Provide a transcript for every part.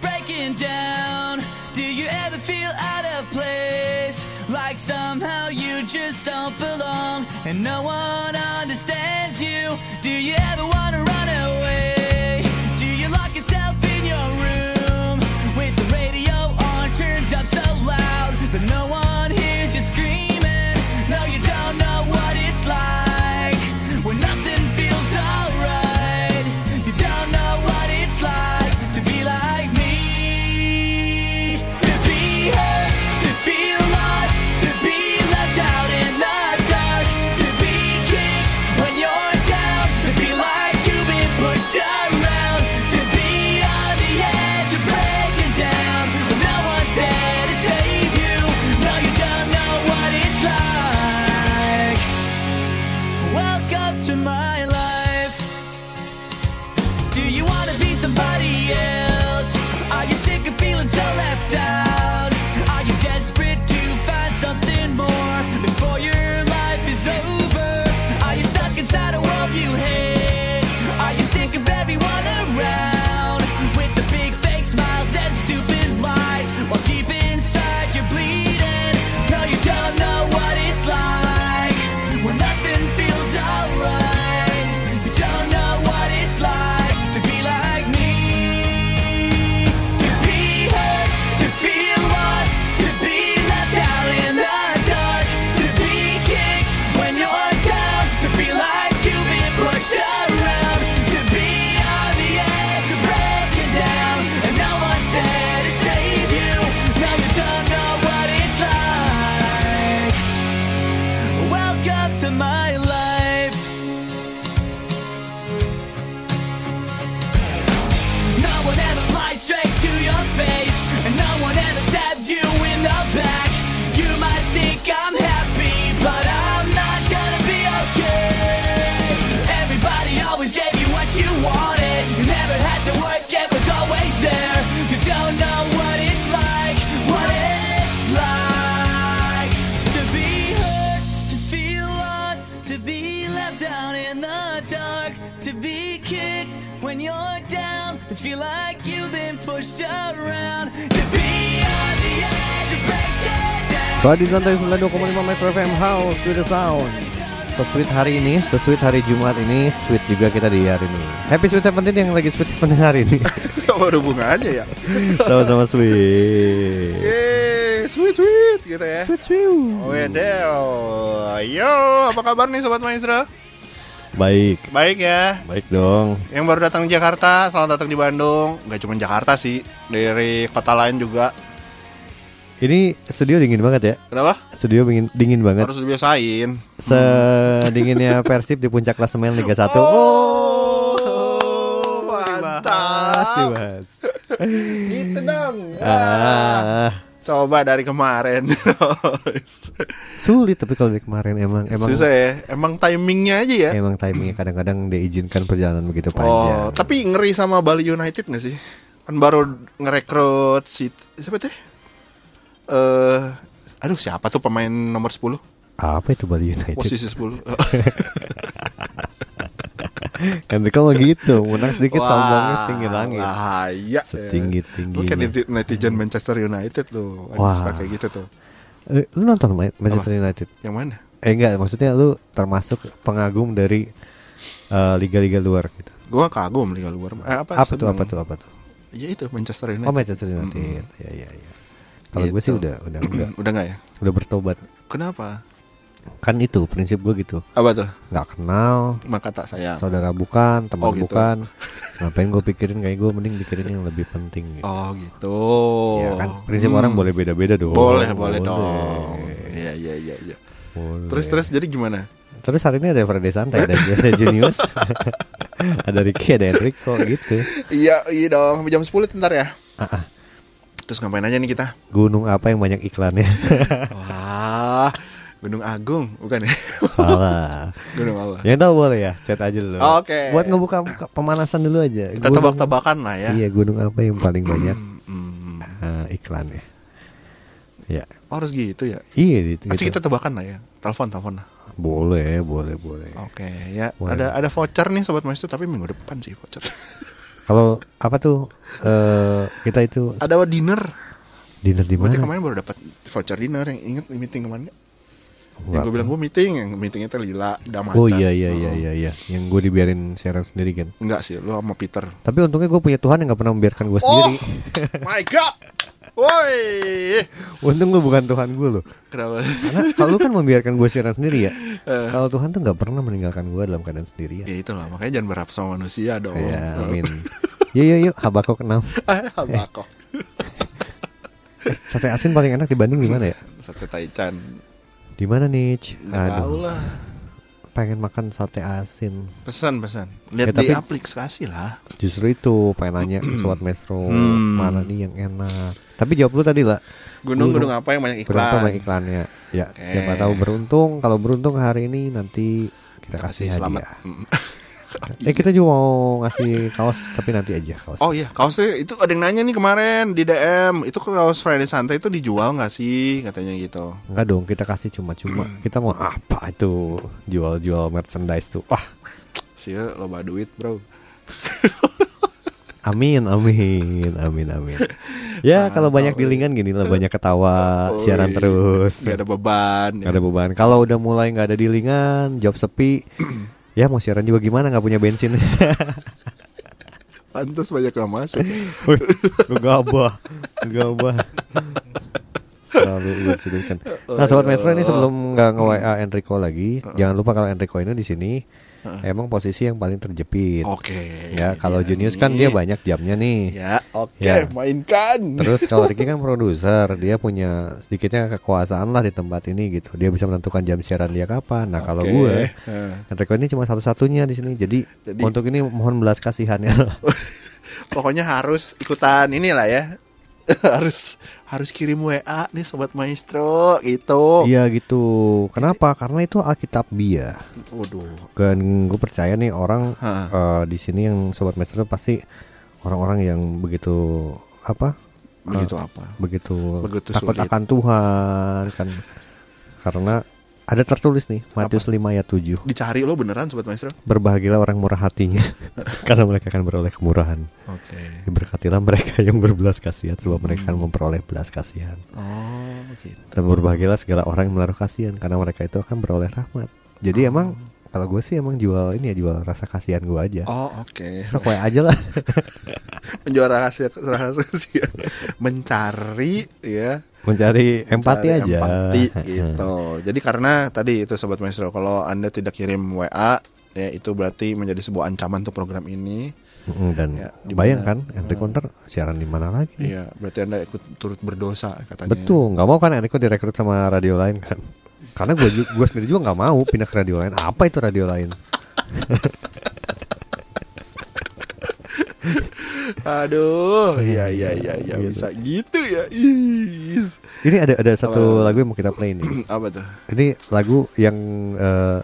breaking down. Do you ever feel out of place? Like somehow you just don't belong and no one understands you. Do you ever want to run away? Do you lock yourself in your room with the radio on turned up so loud that no one hears you screaming? No, you don't know what it's like when nothing feels alright. You don't know what it's like to be like me, to be hurt, to feel lost, to be left out in the dark, to be kicked when you're down, to feel like you've been pushed around, to be on the edge of breaking down, but no one's there to save you. No, you don't know what it's like. Welcome to my life. Do you wanna be somebody else? Are you sick of feeling so left out? Are you desperate to find something more before your life is over? Are you stuck inside a world you hate? Are you sick of everyone around with the big fake smiles and stupid lies? While deep inside you're bleeding. No, you don't know what it's like when nothing feels alright. You don't know what it's like to be like me. To be hurt, to feel lost, to be left out in the dark, to be kicked when you're down, to feel like you've been pushed around, to be on the edge of breaking down, and no one's there to save you. Now you don't know what it's like. Welcome to my life. No one ever lied straight to your face, and no one ever stabbed you in the back. You might think I'm happy, but I'm not gonna be okay. Everybody always gave you what you wanted, you never had to work, it was always there. You don't know what it's like, what it's like to be hurt, to feel lost, to be left out in the dark, to be kicked when you're down, to feel like you've been pushed around, to be on the edge of breaking down. Radio Santai 92,5 Metro FM House with the Sound Sesweet hari ini, sesweet hari Jumat ini Sweet juga kita di hari ini Happy Sweet 17 yang lagi sweet 17 hari ini Apa ada hubungannya ya? Sama-sama sweet Yeay, Eh, sweet sweet gitu ya. Sweet sweet Wedel. Yo, apa kabar nih sobat maestro? Baik, Baik ya. baik dong Yang baru datang di Jakarta, selamat datang di Bandung. Gak cuma Jakarta sih, dari kota lain juga. Ini studio dingin banget ya Kenapa? Studio dingin, dingin banget Harus dibiasain. Sedinginnya Persib di puncak klasemen Liga 1 Oh, Pasti mantap. mas Gitu dong. Ah. ah, Coba dari kemarin. Sulit tapi kalau dari kemarin emang emang Susah ya. Emang timingnya aja ya. Emang timingnya kadang-kadang diizinkan perjalanan begitu Oh, panjang. tapi ngeri sama Bali United gak sih? Kan baru ngerekrut si siapa teh? Eh, aduh siapa tuh pemain nomor 10? Apa itu Bali United? Posisi 10. Henry kalau gitu, menang sedikit sombongnya setinggi langit. Bahaya. Setinggi-tingginya. Lu kan neti- netizen Manchester United loh. Hmm. Wah. Wah. Suka kayak gitu tuh. Eh, Lu nonton Ma- Manchester United? Yang mana? Eh enggak, maksudnya lu termasuk pengagum dari eh, liga-liga luar gitu. Gua kagum liga luar. Eh, apa, Apa tuh seneng. apa tuh apa tuh? Ya itu Manchester United. Oh Manchester United. Ya ya ya. Kalau gue sih Gitu. udah udah enggak, Udah nggak ya? udah bertobat. Kenapa? Kan itu prinsip gue gitu. Apa tuh? Nggak kenal, Maka tak sayang. saudara bukan, teman Iya. Oh, gitu. bukan. Ngapain gue pikirin kayak gue mending pikirin yang lebih penting gitu. Oh gitu. Ya kan prinsip orang boleh beda-beda dong. Oh. Hmm. Boleh, boleh, dong. Iya, iya, iya, iya. Boleh. Terus terus jadi gimana? Terus hari ini ada Friday Santai ada, ada Junius, ada Ricky, ada Enrico gitu. Iya, iya dong. Jam 10 ntar ya. Ah, ah. Terus ngapain aja nih kita? Gunung apa yang banyak iklannya? Wah, Gunung Agung bukan ya? Salah. Gunung apa? Yang tahu boleh ya, chat aja dulu. Oke. Buat ngebuka buka pemanasan dulu aja. Kita Gunung- tebak-tebakan lah ya. Iya, gunung apa yang paling banyak Hmm, ah, iklannya? Ya, oh, harus gitu ya. iya gitu. Pasti gitu. kita tebakan lah ya. Telepon, telepon lah. Boleh, boleh, boleh. Oke, ya Boleh. ada ada voucher nih sobat maestro tapi minggu depan sih voucher. Kalau apa tuh eh, kita itu Ada dinner. dinner di mana? Berarti kemarin baru dapat voucher dinner yang inget meeting kemarin. Yang Nggak gue bilang gue meeting, yang meetingnya teh Lila, Damacan. Oh iya iya iya iya iya. Yang gue dibiarin siaran sendiri kan. Enggak sih, lu sama Peter. Tapi untungnya gue punya Tuhan yang gak pernah membiarkan gue sendiri. Oh, my god. Woi. Untung gue bukan Tuhan gue loh. Kenapa? Karena kalau lu kan membiarkan gue siaran sendiri ya. Eh. Kalau Tuhan tuh nggak pernah meninggalkan gue dalam keadaan sendirian. Ya itulah, makanya jangan berharap sama manusia dong. Eh, Ya, amin. Yuk yuk yuk iya, Habakuk 6. Habakok. Sate asin paling enak di Bandung di mana ya? Sate Taichan. Di mana nih? Nggak tahu Aduh, lah. pengen makan sate asin. Pesan-pesan. Ya, Lihat di tapi- aplikasi lah. Justru itu pengen nanya ke sobat Metro Hmm. mana nih yang enak. Tapi jawab lu tadi lah. Gunung-gunung apa yang banyak Berapa banyak iklan? Eh. iklannya? Ya, Oke. siapa tahu beruntung. Kalau beruntung hari ini nanti kita kasih selamat. hadiah. Eh kita juga mau ngasih kaos tapi nanti aja kaos. Oh iya, kaosnya itu ada yang nanya nih kemarin di DM. Itu kaos Friday Santai itu dijual nggak sih? Katanya gitu. Enggak dong, kita kasih cuma-cuma. kita mau apa itu? Jual-jual merchandise tuh. Wah, Sih loba duit bro. Amin, amin, amin, amin. Ya, kalau Ah, banyak dilingan gini lah, banyak ketawa, Oi, siaran terus, iya, Nggak ada beban. nggak ada beban. Kalau udah mulai nggak ada dilingan, job sepi, ya mau siaran juga gimana? Nggak punya bensin. Pantas banyak yang masuk. Wih, lu gabah, lu gabah. Selalu disediakan. Nah, sobat Metro ini sebelum nggak nge WA Enrico lagi, jangan lupa kalau Enrico ini di sini emang posisi yang paling terjepit. Oke. Ya, kalau Iya Junius kan dia nih. banyak jamnya nih. Ya, oke, Ya. mainkan. Terus kalau Ricky kan produser, dia punya sedikitnya kekuasaan lah di tempat ini gitu. Dia bisa menentukan jam siaran dia kapan. Nah kalau Oke. gue, Heeh. Enrico ini cuma satu-satunya di sini. Jadi, Jadi- untuk ini mohon belas kasihannya. lah. Pokoknya harus ikutan inilah ya. harus harus kirim WA nih sobat maestro gitu. Iya gitu. Kenapa? Karena itu Alkitab dia. Waduh. Ah. Dan gue percaya nih orang Ha. eh, di sini yang sobat master pasti orang-orang yang begitu apa? Begitu apa? begitu, Begitu takut sulit. akan Tuhan kan karena ada tertulis nih Matius 5 ayat 7 Dicari lo beneran sobat maestro? Berbahagialah orang murah hatinya Karena mereka akan beroleh kemurahan Oke. Diberkatilah mereka yang berbelas kasihan Sebab mereka akan Hmm. memperoleh belas kasihan Oh, gitu. Dan berbahagialah segala orang yang menaruh kasihan Karena mereka itu akan beroleh rahmat Ah. Jadi emang Kalau gue sih emang jual ini ya Jual rasa kasihan gue aja Oh, oke. Sok wae aja lah Menjuara rahasia rahasia sih. mencari ya Mencari empati Cari aja empati, gitu. Jadi karena tadi itu sobat maestro kalau Anda tidak kirim WA ya itu berarti menjadi sebuah ancaman untuk program ini. Mm, Dan Ya, di bayangkan Enrico ntar siaran di mana lagi nih? Iya, berarti Anda ikut turut berdosa katanya. Hmm. Betul, nggak mau kan Enrico direkrut sama radio lain kan? Karena gue gue sendiri juga nggak mau pindah ke radio lain. Apa itu radio lain? Aduh, iya iya iya iya bisa gitu ya. Ih. Ini ada ada satu lagu yang mau kita play nih. Apa tuh? Ini lagu yang eh,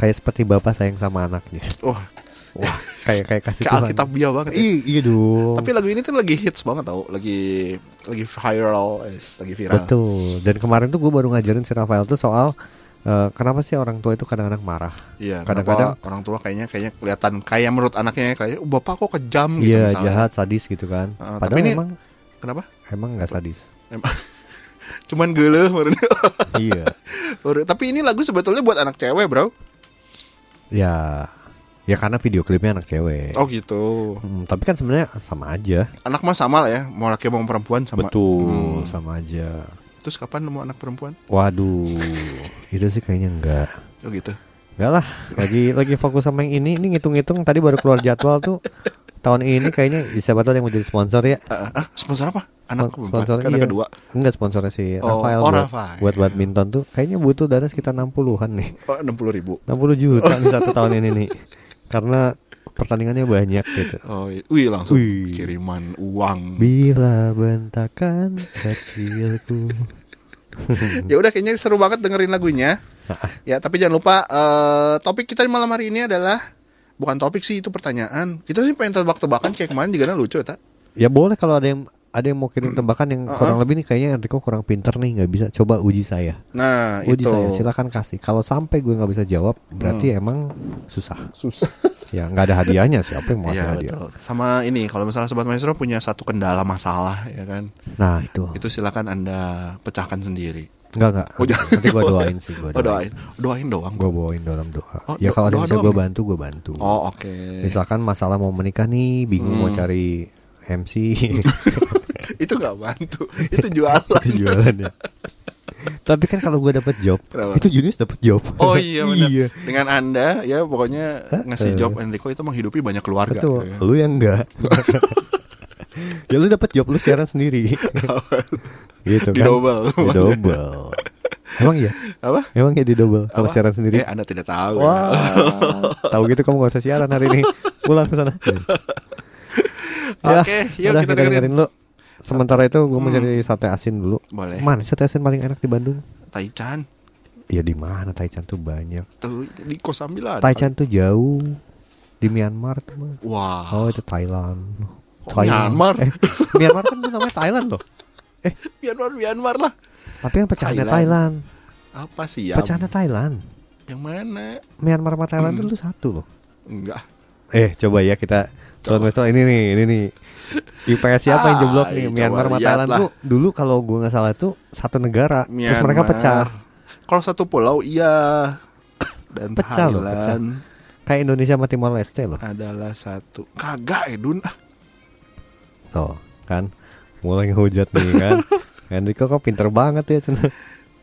kayak seperti bapak sayang sama anaknya. Wah, Wah, kayak kayak kasih kayak Tuhan. Alkitabiah banget. ya. Ih, iya dong. Tapi lagu ini tuh lagi hits banget tau, lagi lagi viral, es, lagi viral. Betul. Dan kemarin tuh gue baru ngajarin si Rafael tuh soal eh, kenapa sih orang tua itu kadang-kadang marah. Iya, Kadang-kadang- kadang-kadang orang tua kayaknya kayaknya kelihatan kayak menurut anaknya kayak "Oh, bapak kok kejam gitu Iya, misalnya. jahat, sadis gitu kan. Eh, tapi Padahal ini- emang Kenapa? emang nggak sadis. Emang cuman geuleuh barunya. iya. Baru- Tapi ini lagu sebetulnya buat anak cewek, Bro. Ya, ya karena video klipnya anak cewek. Oh gitu. Hmm, tapi kan sebenarnya sama aja. Anak mah sama lah ya, mau laki mau perempuan sama. Hmm. Betul, sama aja. Terus kapan nemu anak perempuan? Waduh, itu sih kayaknya enggak. Oh gitu. Enggak lah, lagi lagi fokus sama yang ini. Ini ngitung-ngitung tadi baru keluar jadwal tuh. Tahun ini kayaknya siapa tahu ada yang mau jadi sponsor ya. Ah, ah, sponsor apa? Spon- Anak perempuan. Karena iya. kedua. Enggak sponsornya si Oh, Rafael oh, buat, Rafael. buat badminton tuh kayaknya butuh dana sekitar 60-an nih. Oh, 60 ribu. 60 juta nih satu tahun ini nih. Karena pertandingannya banyak gitu. Oh, i- wih langsung Wih. kiriman uang. Bila bentakan kecilku. Ya udah kayaknya seru banget dengerin lagunya. Ah, Ya, tapi jangan lupa eh, topik kita malam hari ini adalah bukan topik sih itu pertanyaan. Kita sih pengen tebak-tebakan kayak kemarin juga nah, lucu tak? Ya boleh kalau ada yang ada yang mau kirim tembakan yang kurang lebih nih kayaknya Enrico kurang pinter nih nggak bisa coba uji saya Nah, uji itu. Hmm. saya Oh, ya? silakan kasih kalau sampai gue nggak bisa jawab berarti emang susah Susah. ya nggak ada hadiahnya siapa yang mau ngasih Iya, hadiah betul. Sama ini kalau misalnya sobat maestro punya satu kendala masalah ya kan. nah itu Itu silakan Anda pecahkan sendiri. nggak nggak Oh, jangan. nanti gue doain sih gue Oh, doain doain. Doain doang. gue bawain dalam doa Oh, ya do- kalau ada yang doa bisa doang gue ya? bantu gue bantu Oh, Hmm. oke. misalkan masalah mau menikah nih bingung mau cari MC itu nggak bantu. Itu jualan. jualan ya tapi kan kalau gue dapet job Kenapa? itu Yunus dapet job Oh iya benar. iya Eh. Dengan Anda ya pokoknya ngasih job Enrico itu menghidupi banyak keluarga. betul ya. lu yang enggak ya lu dapet job lu siaran sendiri gitu kan Didobel. didobel emang iya Apa? emang ya didobel kalau Apa? siaran sendiri Eh, Anda tidak tahu. Wah, tahu gitu kamu gak usah siaran hari ini. Pulang ke sana. Ya, Oke, yuk udah, kita dengerin. Hmm. lu. Sementara itu gue mau cari sate asin dulu. Boleh. Mana sate asin paling enak di Bandung? Taichan Ya di mana Taichan tuh banyak. tuh di Kosambilan. Taichan tuh jauh di Myanmar tuh. mah. Wah. Oh itu Thailand. Oh, Myanmar. Eh, Myanmar kan tuh namanya Thailand loh. Myanmar Myanmar lah. Tapi yang pecahannya Thailand. Thailand. Apa sih ya? Pecahannya Thailand. Yang mana? Myanmar sama Thailand Hmm. dulu satu loh. Enggak. Eh coba ya kita Sobat Maestro ini nih ini nih IPS siapa yang Ah, jeblok nih iya, Myanmar coba sama Thailand lihatlah. tuh dulu kalau gue nggak salah tuh satu negara terus mereka Myanmar. pecah Kalau satu pulau iya. Dan Pecah loh, Thailand kayak Indonesia sama Timor Leste loh adalah satu. Kagak Edun. Ah, tuh kan mulai ngehujat nih kan Enrico kok pinter banget ya Cen.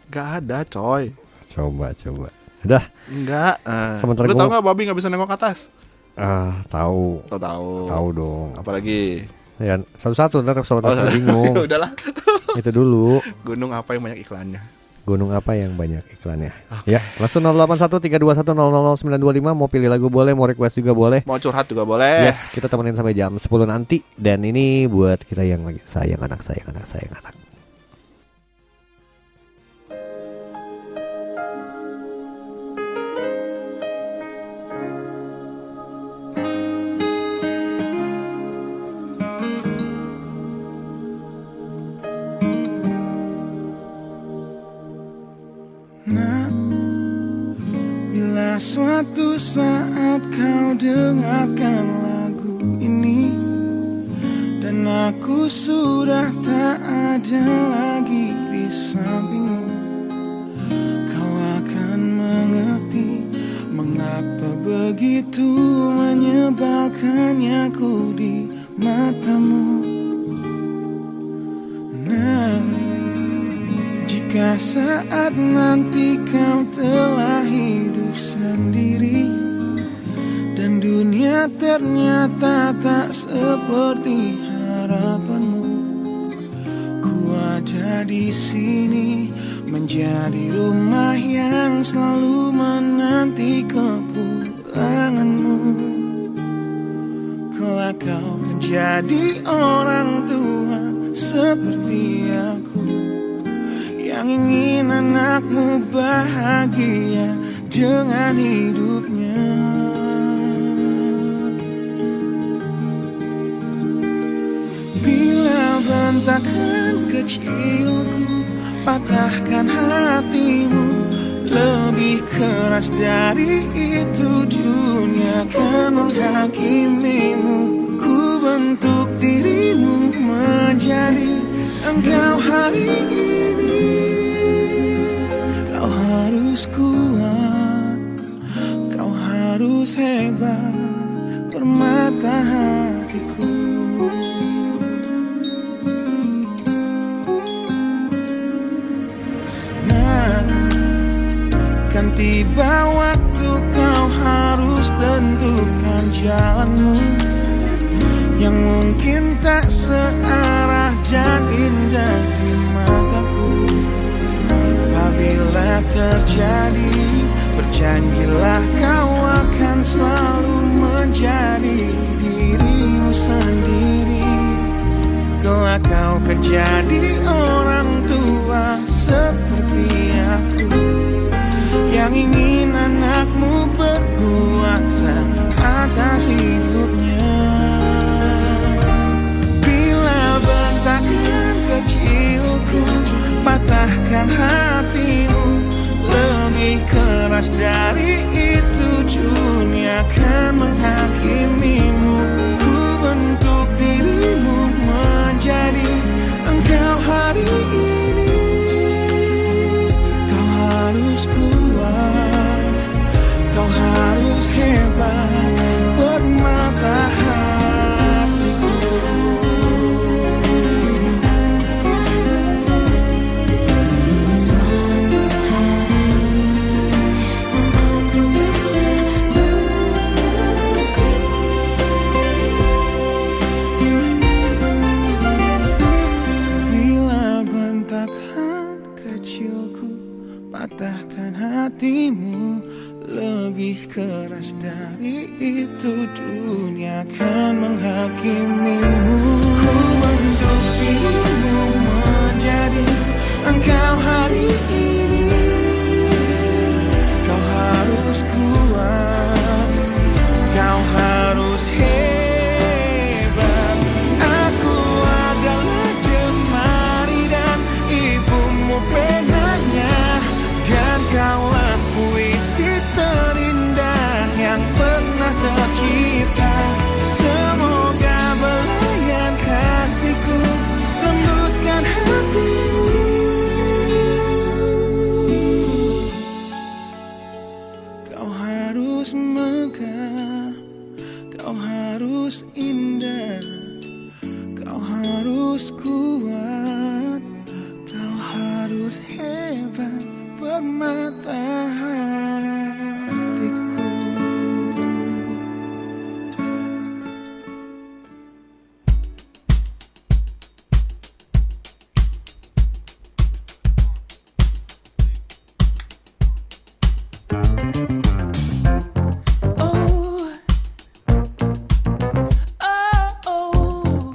Enggak ada, coy. coba coba udah Enggak. eh. Sementara Lu gua- tau nggak babi nggak bisa nengok atas? ah tahu Lo tahu. tahu dong Apalagi. ya satu-satu ntar sobat Maestro salah. bingung Udahlah. itu dulu Gunung apa yang banyak iklannya? Gunung apa yang banyak iklannya? Ya, langsung 081321000925 mau pilih lagu boleh, mau request juga boleh. Mau curhat juga boleh. Yes, kita temenin sampai jam 10 nanti dan ini buat kita yang lagi sayang anak, sayang anak, sayang anak. Bila suatu saat kau dengarkan lagu ini Dan aku sudah tak ada lagi di sampingmu Kau akan mengerti Mengapa begitu menyebalkannya ku di matamu Nah jika saat nanti kau telah hidup sendiri Dan dunia ternyata tak seperti harapanmu Ku ada di sini Menjadi rumah yang selalu menanti kepulanganmu Kelak kau kan jadi orang tua seperti aku yang ingin anakmu bahagia dengan hidupnya. Bila bentakan kecilku patahkan hatimu lebih keras dari itu dunia kan menghakimimu. Ku bentuk dirimu menjadi engkau hari ini. Kau harus kuat, kau harus hebat, permata hatiku. Nah, kan tiba waktu kau harus tentukan jalanmu yang mungkin tak searah dan indah di mataku. Apabila terjadi, berjanjilah kau akan selalu menjadi dirimu sendiri. Kelak kau akan jadi orang tua seperti aku Yang ingin anakmu berkuasa atas hidupnya Bila bentakan Lepas dari itu dunia akan menghakimimu Ku bentuk dirimu menjadi engkau hari ini Kau harus kuat Kau harus hebat Bermata hatiku Suatu hari saat aku telah mengerti Bila bentakan kecilku patahkan hatimu lebih keras dari itu dunia akan menghakimimu ku bentuk dirimu menjadi engkau hari ini kau harus kuat Kau harus hebat Aku adalah jemari dan ibumu penanya Dan kaulah puisi terindah yang pernah tercipta Semoga belayan kasihku lembutkan hatimu Kau harus megah, kau harus indah, kau harus kuat, kau harus hebat bermata hatiku. Oh, oh, oh.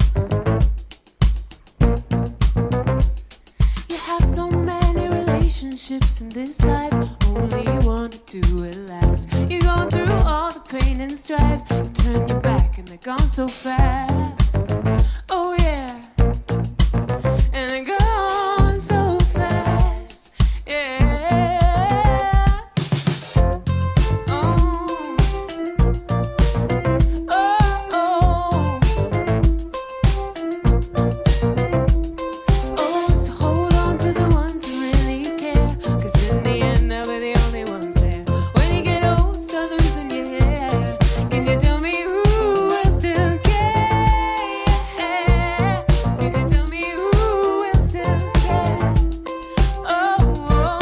You have so many relationships in this life, only one or two it lasts. You're going through all the pain and strife. You turn your back and they're gone so fast. Oh yeah. And they're gone so fast. Yeah. Oh. Oh, oh. Oh, so hold on to the ones who really care. 'Cause in the end, they'll be the only ones there. When you get old, start losing your hair. Can you tell me who will still care? Oh, "Oh,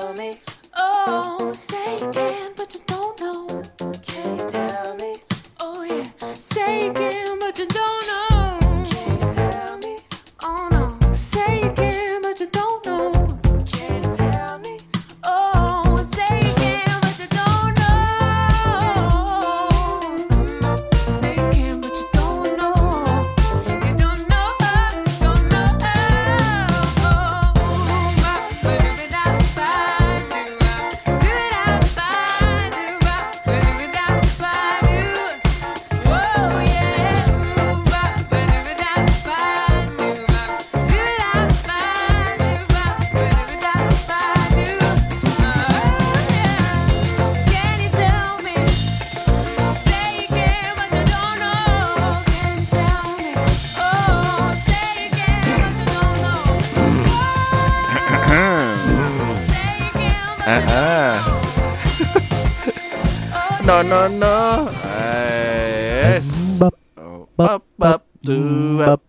Oh, Oh, Ah. No no no. Ah, Yes. Bap, Oh, bap, Bap bap Mm, tu bap. bap.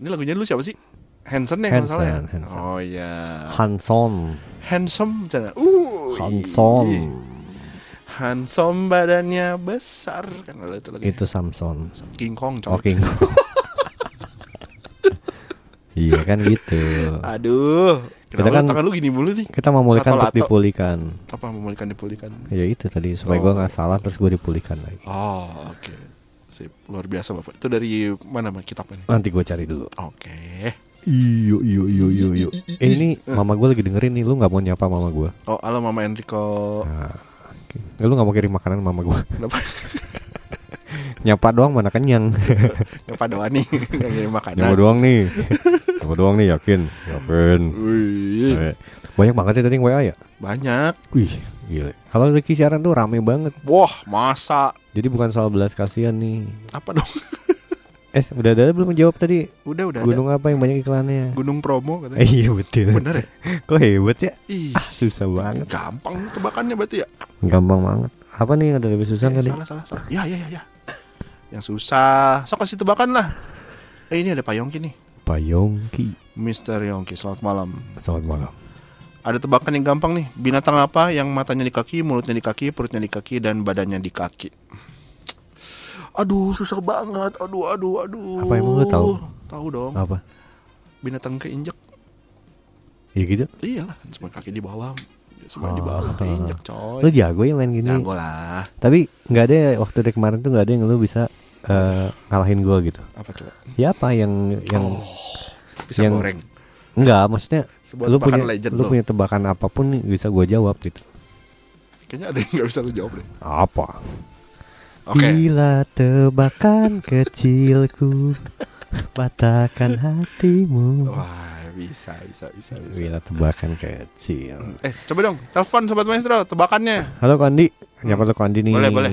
Ini lagunya dulu siapa sih? Hanson ya kalau salah ya? Hanson, Hanson. Oh iya. Hanson, Handsome sana. Uh. Hanson, ih. Handsome badannya besar kan ada itu lagunya. itu Samson. King Kong coy. Oke. iya kan gitu. Aduh. Kenapa kan- lu tangan lu gini mulu sih? Kita memulihkan untuk Lato-lato. dipulihkan. Apa memulihkan dipulihkan? Ya itu tadi supaya gua nggak salah terus gue dipulihkan lagi. Oh, oke. Sip, luar biasa Bapak. Itu dari mana Bang, kitabnya nih? Nanti gue cari dulu. Oke. Iyo iyo iyo iyo iyo. Eh ini mama gue lagi dengerin nih lu nggak mau nyapa mama gue? Oh, halo Mama Enrico. Ah. Lu nggak mau kirim makanan mama gue? Kenapa? Nyapa doang mana kenyang? Yang doa nih, yang ngirim makanan. Nyapa doang nih. Nyapa doang nih yakin yakin. Wih, Eh, Banyak banget ya tadi yang WA ya. banyak. Wih gila. Kalau Ricky siaran tuh rame banget. Wah, masa Jadi bukan soal belas kasihan nih. apa dong? Eh udah ada belum jawab tadi? Udah, udah Gunung ada. apa yang banyak iklannya? Gunung Eh, promo katanya. iya betul. Bener ya? Kok hebat ya? Ih, Ah, susah banget. gampang tebakannya berarti ya. Gampang banget. Apa nih yang ada lebih susah Eh, tadi? salah, salah, salah. Ya, ya, ya, ya. Yang susah. Sok kasih tebakan lah. Eh, ini ada Pak Yongki nih. Pak Yongki. Mister Yongki, selamat malam. Selamat malam. Ada tebakan yang gampang nih. Binatang apa yang matanya di kaki, mulutnya di kaki, perutnya di kaki, dan badannya di kaki? Aduh, susah banget. Aduh, aduh, aduh. Apa emang lu tahu? Tahu dong. Apa? Binatang keinjek. Ya gitu. Iyalah, semua kaki di bawah. Semua Oh, di bawah keinjek, Lu coy. jago ya main gini. Oh, iya. Jago lah. Tapi nggak ada waktu dari kemarin tuh nggak ada yang lu bisa eh, ngalahin gua gitu. Apa coba? Ya apa yang yang Oh. Bisa Yang- goreng. enggak maksudnya Sebuah lu tebakan punya legend lu lu. punya tebakan apapun nih bisa gua jawab gitu. Kayaknya ada yang nggak bisa lu jawab deh. Apa? Oke. Bila tebakan kecilku patahkan hatimu. Wah, bisa, bisa, bisa, bisa. Bila tebakan kecil. Eh, coba dong. Telepon sobat maestro, tebakannya. Halo Kondi, nyapa lu Kondi nih. Hmm. Boleh, boleh.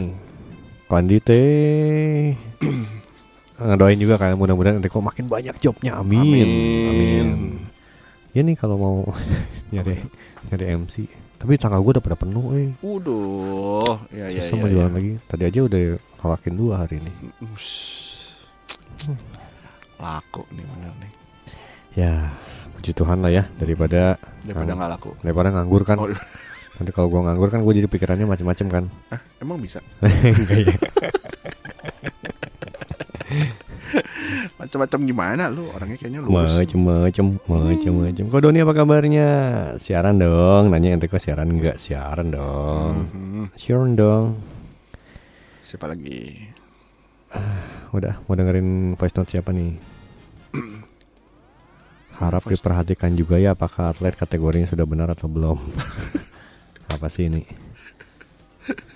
Kondi teh. Ngedoain juga kan mudah-mudahan Enrico makin banyak jobnya. Amin. Amin. Ya nih kalau mau nyari nyari MC. Tapi tanggal gua udah pada penuh, eh. Udah, ya ya Susah ya. mau ya. jualan lagi. Tadi aja udah nolakin dua hari ini. Ush. Laku nih bener nih. Ya, puji Tuhan lah ya daripada Daripada ngang- nggak laku. daripada nganggur kan. Oh, Nanti kalau gua nganggur kan gua jadi pikirannya macem-macem kan. ah, emang bisa. Enggak ya. Macam-macam gimana lu? Orangnya kayaknya lurus. Macem-macem, macem-macem. Kok Doni apa kabarnya? Siaran dong, nanya ente kok siaran enggak? Siaran dong. Hmm, Siaran dong. siapa lagi? Udah, mau dengerin voice note siapa nih? Harap Voice diperhatikan juga ya apakah atlet kategorinya sudah benar atau belum. apa sih ini?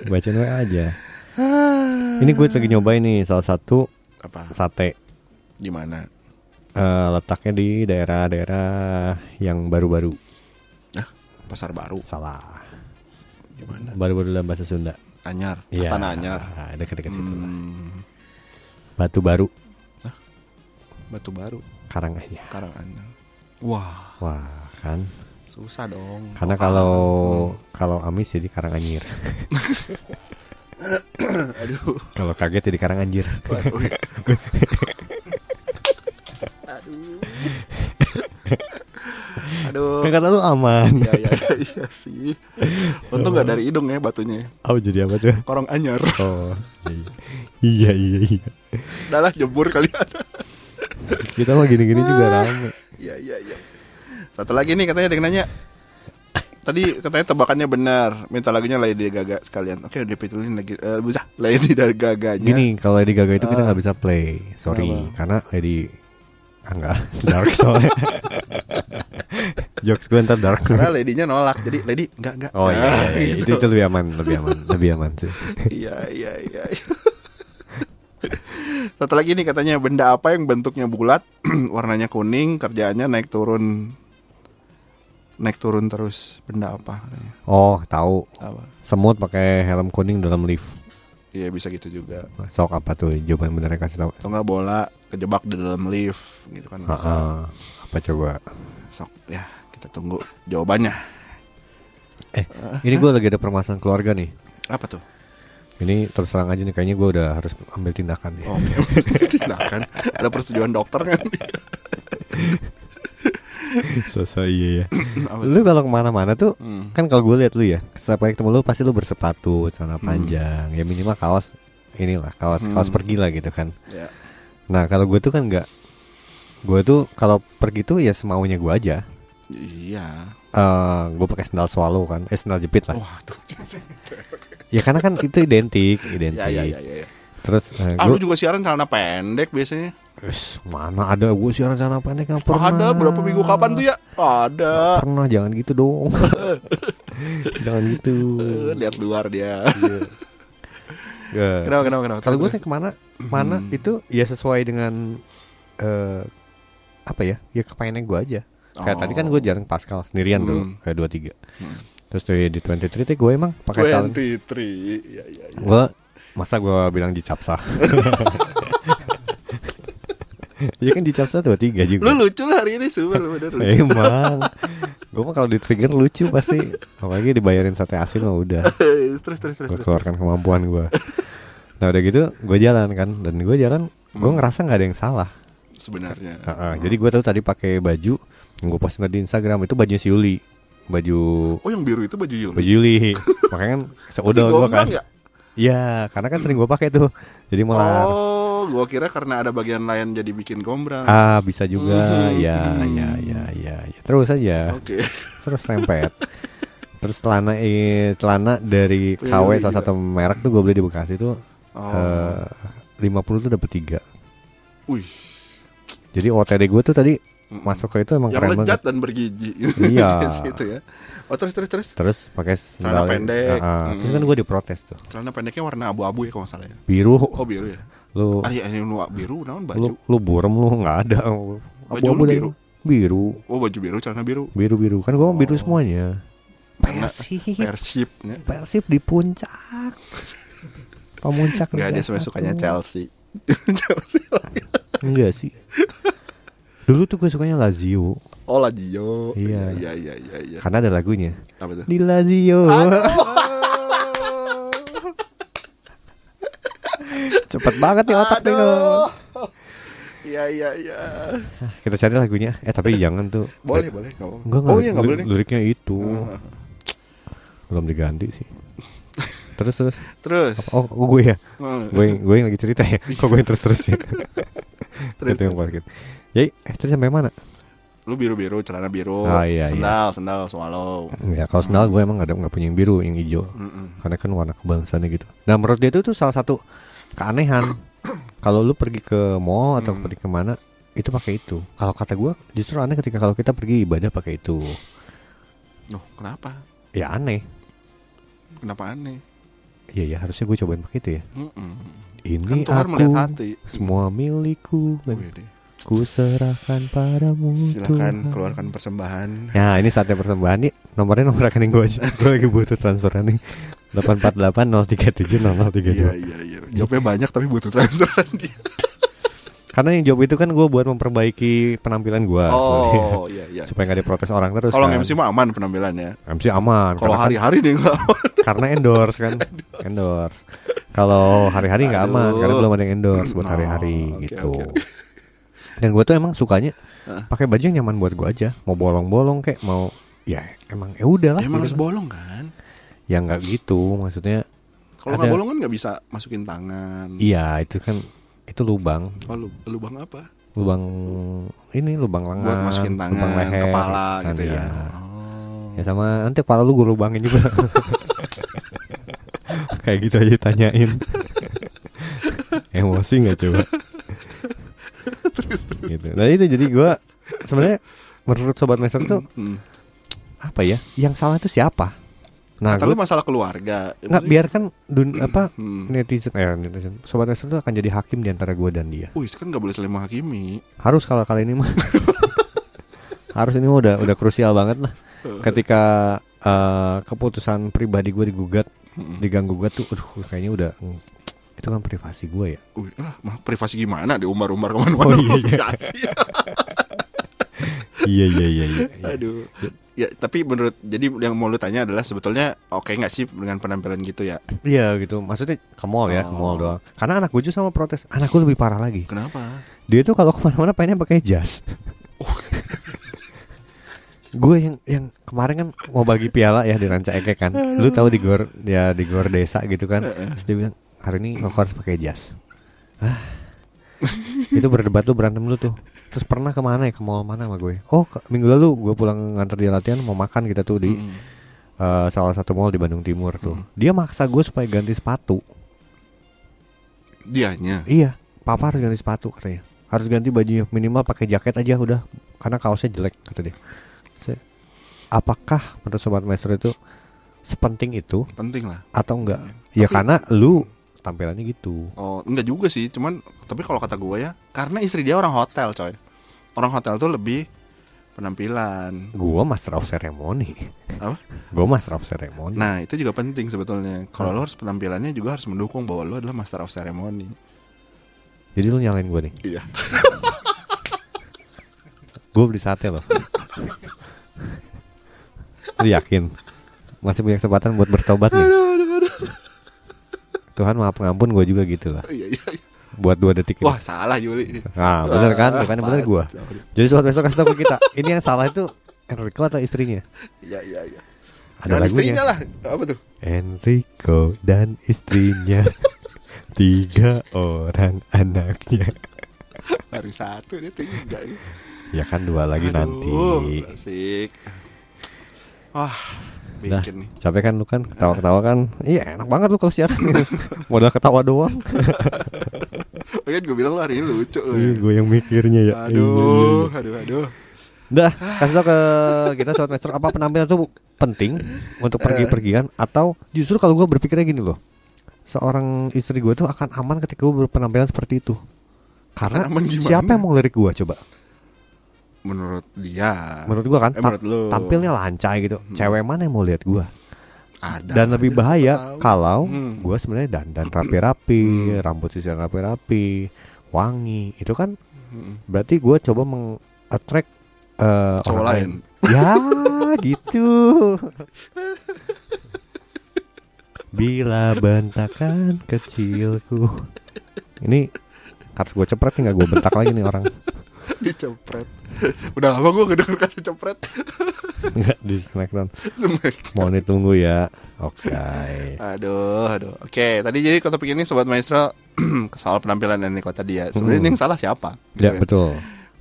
Bacain WA aja. Ini gue lagi nyobain nih salah satu Apa? sate Di mana? Eh, letaknya di daerah-daerah yang baru-baru. Nah, Pasar Baru. Salah. Di mana? Baru-baru dalam bahasa Sunda. Anyar, Iya, Astana Anyar. Dekat-dekat situ lah. Hmm, Batu Baru, Batu Baru, Karanganyar. Karanganyar. Wah, Wah, kan. susah dong. Karena Oh, kalau kalau amis jadi Karanganyir. aduh. Oh. kalau kaget jadi Karanganjir. Waduh. Aduh. Kan Aduh. kata lu aman. Ya, ya, ya, iya sih. Untung nggak dari hidung ya batunya. Oh, jadi apa tuh? Korong anyar. Oh. iya iya iya. Udah lah jebur kalian. Kita mah gini-gini juga rame. Iya, iya, iya. Satu lagi nih katanya ada yang nanya. Tadi katanya tebakannya benar. Minta lagunya Lady Gaga sekalian. Oke, udah pitulin lagi. Eh, bisa Lady Gaganya. Gini, kalau Lady Gaga itu kita Ah. nggak bisa play. Sorry, karena Lady ah, enggak dark soalnya. Jokes gue ntar dark. Karena ladynya nolak. Jadi Lady enggak enggak. Oh iya, Nah, iya, iya. gitu. Itu, itu lebih aman, lebih aman, lebih aman sih. Iya, iya, iya. iya. Satu lagi nih katanya benda apa yang bentuknya bulat, warnanya kuning, kerjaannya naik turun. Naik turun terus. Benda apa katanya? Oh, tahu. Apa? Semut pakai helm kuning dalam lift. Iya, bisa gitu juga. Nah, Sok apa tuh jawaban benernya kasih tahu. Atau enggak bola kejebak di dalam lift gitu kan Ah, bisa. ah. apa coba? Sok ya kita tunggu jawabannya. Eh, ini gue lagi ada permasalahan keluarga nih. Apa tuh? Ini terus terang aja nih kayaknya gue udah harus ambil tindakan ya. Oh, Oke. nah kan ada persetujuan dokter kan? Selesai iya ya. lu kalau kemana-mana tuh kan kalau gue lihat lu ya, setiap kali ketemu lu pasti lu bersepatu, celana panjang, ya minimal kaos inilah kaos kaos pergi lah gitu kan. ya. Nah kalau gue tuh kan nggak, gue tuh kalau pergi tuh ya semaunya gue aja. Iya. Eh gue pakai sandal swallow kan, eh sandal jepit lah. Waduh. Ya karena kan itu identik, identik. Ya ya ya ya. ya. Terus eh, Ah, lu gua- juga siaran celana pendek biasanya? Is, mana ada gue siaran sana pendek nggak pernah. Ada berapa minggu kapan tuh ya? Ada. Pernah jangan gitu dong. jangan gitu. Eh, Lihat luar dia. Ya. Kenapa kenapa Iya. kenapa? Hmm. Kalau gue kemana mana itu ya sesuai dengan eh apa ya? Ya kepengennya gue aja. Kayak Oh. tadi kan gue jarang Pascal sendirian dulu Hmm. kayak dua tiga. Terus di di 23 tuh gue emang pakai calon. 23. Ya ya ya. Gue masa gue bilang dicapsa. Iya kan dicapsa 23 juga. Lu lucu lah hari ini semua lu bener Iya. lucu. Emang Gue mah kalau di trigger lucu pasti Apalagi dibayarin sate asin mah udah Eh, terus terus terus. Gue terus. keluarkan kemampuan gue Nah udah gitu gue jalan kan Dan gue jalan Gue ngerasa nggak ada yang salah Sebenarnya. Heeh, Jadi gue tuh tadi pakai baju Yang gue posting tadi di Instagram Itu baju si Yuli Baju Oh yang biru itu baju Yuli. Baju Yuli Makanya kan seudol gue kan Digombang ya? Iya karena kan sering gue pakai tuh Jadi malah Oh, gua kira karena ada bagian lain jadi bikin gombrang. Ah bisa juga Ya ya ya ya ya. Terus aja Mhm, Oke. terus rempet terus celana eh, celana dari Punya KW Yuli salah juga. satu merek tuh gue beli di Bekasi tuh Iya, eh, Oh. lima puluh tuh dapet tiga Wih, jadi OTD gue tuh tadi masuk ke itu emang Mhm. yang keren lejat banget dan bergigi. Iya. gitu ya. Oh, terus terus terus. terus pakai Celana sandal- pendek. Mhm. Ah, ah. terus kan gue diprotes tuh Celana pendeknya warna abu-abu ya kalau nggak salah ya. biru Oh, biru ya. lu Ah, iya, ini warna biru naon lu baju. lu burem lu nggak ada Baju Abu-abu lu deh. biru? biru Oh, baju biru, celana biru. biru biru kan gue mau biru semuanya Oh. Karena persib Persib ya. persib di puncak pemuncak Enggak Liga dia sebenarnya sukanya satu. Chelsea. Chelsea. lagi. Enggak sih. Dulu tuh gue sukanya Lazio Oh, Lazio. Iya. iya, iya, iya. iya. karena ada lagunya. Apa tuh? Di Lazio. Cepet banget nih otak nih. Nol. Iya, iya, iya. Kita cari lagunya. Eh tapi jangan tuh. Boleh, boleh, nggak apa-apa. Enggak, enggak. Oh, iya, enggak boleh nih. Liriknya itu. Belum diganti sih. Terus terus. Terus. Oh, oh, gue ya. Hmm. Gue yang- gue yang lagi cerita ya. Kok gue yang terus terus ya. itu yang parkir. Ya, eh tadi sampai mana? Lu biru-biru, celana biru, Ah, iya, sendal, sendal swallow. Ya kalau sendal gue emang gak ada nggak punya yang biru, yang hijau. Karena kan warna kebangsaannya gitu. Nah menurut dia itu tuh salah satu keanehan. kalau lu pergi ke mall atau pergi kemana itu pakai itu. Kalau kata gue justru aneh ketika kalau kita pergi ibadah pakai itu. Loh, kenapa? Ya aneh. Kenapa aneh? Ya ya harusnya gue cobain pakai itu ya. Mm-mm. Ini Kan Tuhan aku melihat hati. semua milikku dan Wih, deh. ku serahkan padamu. Silakan Tuhan. keluarkan persembahan. Ya ini saatnya persembahan nih Nomornya nomor rekening gue aja Gue lagi butuh transferan nih 848 037 0032 Iya, iya, iya. Jawabnya banyak tapi butuh transferan dia. Iya. Karena yang job itu kan gue buat memperbaiki penampilan gue Oh, iya, iya. supaya nggak diprotes orang terus. Kalau kan. MC mah aman penampilannya. MC aman. Kalau karena, hari-hari nih nggak aman. karena endorse kan, endorse. Kalau hari-hari nggak aman karena Aduh. belum ada yang endorse buat Oh, hari-hari oke, gitu. oke. Dan gue tuh emang sukanya pakai baju yang nyaman buat gue aja. Mau bolong-bolong kayak mau ya emang ya udahlah. Emang harus gitu. bolong kan? Ya nggak gitu maksudnya. Kalau nggak Ada. bolong kan nggak bisa masukin tangan. Iya itu kan itu lubang, Oh, lu, lubang apa? lubang ini lubang lengan, Buat masukin lubang tangan, Ah, leher, kepala kan, gitu ya. iya. Oh. Ya sama nanti kepala lu gue lubangin juga Kayak gitu aja tanyain Emosi gak coba gitu. Nah itu jadi gue sebenarnya menurut Sobat Master tuh Hmm. Apa ya Yang salah itu siapa Nah Kata lu gue masalah keluarga. Nggak Ya, maksudnya- biarkan dun, apa Hmm. netizen eh netizen sobat Master tuh akan jadi hakim di antara gue dan dia Wih, kan nggak boleh saling menghakimi. harus kalau kali ini mah harus ini mah udah udah krusial banget lah ketika eh, keputusan pribadi gue digugat diganggu gugat tuh aduh kayaknya udah mm, itu kan privasi gue ya Wih, lah, mah privasi gimana? Diumbar-umbar Oh, kemana-mana. iya, iya. Privasi. iya iya iya, iya. Aduh. Ya, tapi menurut jadi yang mau lu tanya adalah sebetulnya oke nggak sih dengan penampilan gitu ya? Iya gitu Maksudnya ke mall ya Ke mall doang Karena anak gue juga sama protes Anak gue lebih parah lagi Kenapa? Dia tuh kalau kemana-mana pengennya pakai jas Gue yang yang kemarin kan mau bagi piala ya di Ranca Ekek kan Lu tahu di gor ya di gor desa gitu kan Terus dia bilang hari ini kok harus pakai jas Ah. Itu berdebat lu berantem lu tuh Terus pernah kemana ya ke mall mana sama gue Oh ke- minggu lalu gue pulang nganter dia latihan mau makan kita tuh di eh, salah satu mall di Bandung Timur tuh Dia maksa gue supaya ganti sepatu Dianya. Iya, papa harus ganti sepatu katanya. Harus ganti bajunya minimal pakai jaket aja udah karena kaosnya jelek kata dia. Saya, apakah menurut sobat maestro itu sepenting itu Penting lah. atau enggak? Ya karena lu tampilannya gitu. Oh, enggak juga sih, cuman tapi kalau kata gue ya, karena istri dia orang hotel, coy. Orang hotel tuh lebih penampilan. Gua master of ceremony. Apa? Gua master of ceremony. Nah, itu juga penting sebetulnya. Kalau Hmm. lo harus penampilannya juga harus mendukung bahwa lo adalah master of ceremony. Jadi lu nyalain gua nih. Iya. Gua beli sate loh. lu yakin? Masih punya kesempatan buat bertobat nih. Tuhan maaf ngampun gue juga gitu lah. Iya, iya. iya. Buat dua detik ini. Wah, salah Yuli ini. Nah, bener kan? Ah, Bukannya bener apaan? gua. Jadi sobat besok kasih tau ke kita. Ini yang salah itu Enrico atau istrinya? Iya, iya, iya. Ada Jangan istrinya lagunya. lah. Apa tuh? Enrico dan istrinya tiga orang anaknya. Baru satu dia tiga. Ya kan dua lagi nanti. Aduh, Asik. Wah, Nah, bikin nih. capek kan lu kan ketawa-ketawa kan? Iya, enak banget lu kalau siaran. Modal ketawa doang. Kan gue bilang lo hari ini lucu lo. Iya, gue yang mikirnya ya. Iya, iya, iya. Aduh, aduh, aduh. Dah, kasih tau ke kita sobat master apa penampilan itu penting untuk pergi-pergian atau justru kalau gue berpikirnya gini loh, seorang istri gue tuh akan aman ketika gue berpenampilan seperti itu. Karena Akan aman gimana? siapa yang mau lirik gue coba? Menurut dia. Menurut gue kan, Eh, tam- menurut lu. Hmm. tampilnya lancai gitu. Cewek mana yang mau lihat gue? ada. Dan lebih aja siapa bahaya tahu. kalau Hmm. gue sebenarnya dandan rapi-rapi, rambut sisir rapi-rapi, wangi. Itu kan Mm-mm. berarti gue coba mengattract eh, Hmm. Cowok orang lain. Ya gitu Bila bentakan kecilku Ini harus gue cepret nih gak gue bentak lagi nih orang Dicepret. Udah lama gue kedenger kata cepret. Nggak di smackdown Semek. Mohon ditunggu ya Oke Aduh, aduh. Oke, tadi jadi ke topik ini sobat maestro soal penampilan Enrico tadi ya. Sebenarnya Hmm. ini yang salah siapa? Ya Gitu kan. betul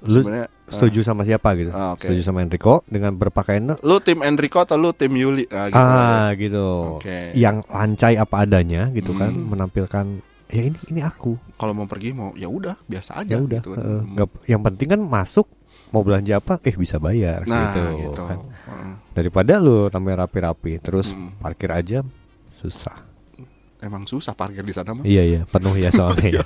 Lu Sebenarnya, eh, setuju sama siapa gitu Ah, oke. Setuju sama Enrico dengan berpakaian lu tim Enrico atau lu tim Yuli? Nah, gitu lah ya. Ah gitu Oke. Yang lancai apa adanya gitu kan Hmm. Menampilkan ya ini ini aku Kalau mau pergi mau ya udah biasa aja ya udah gitu. heeh. Nggak- yang penting kan masuk mau belanja apa eh bisa bayar Nah, gitu, gitu. kan. Heeh. daripada lu tampil rapi-rapi terus Mm. parkir aja susah Emang susah parkir di sana mah. iya iya penuh ya soalnya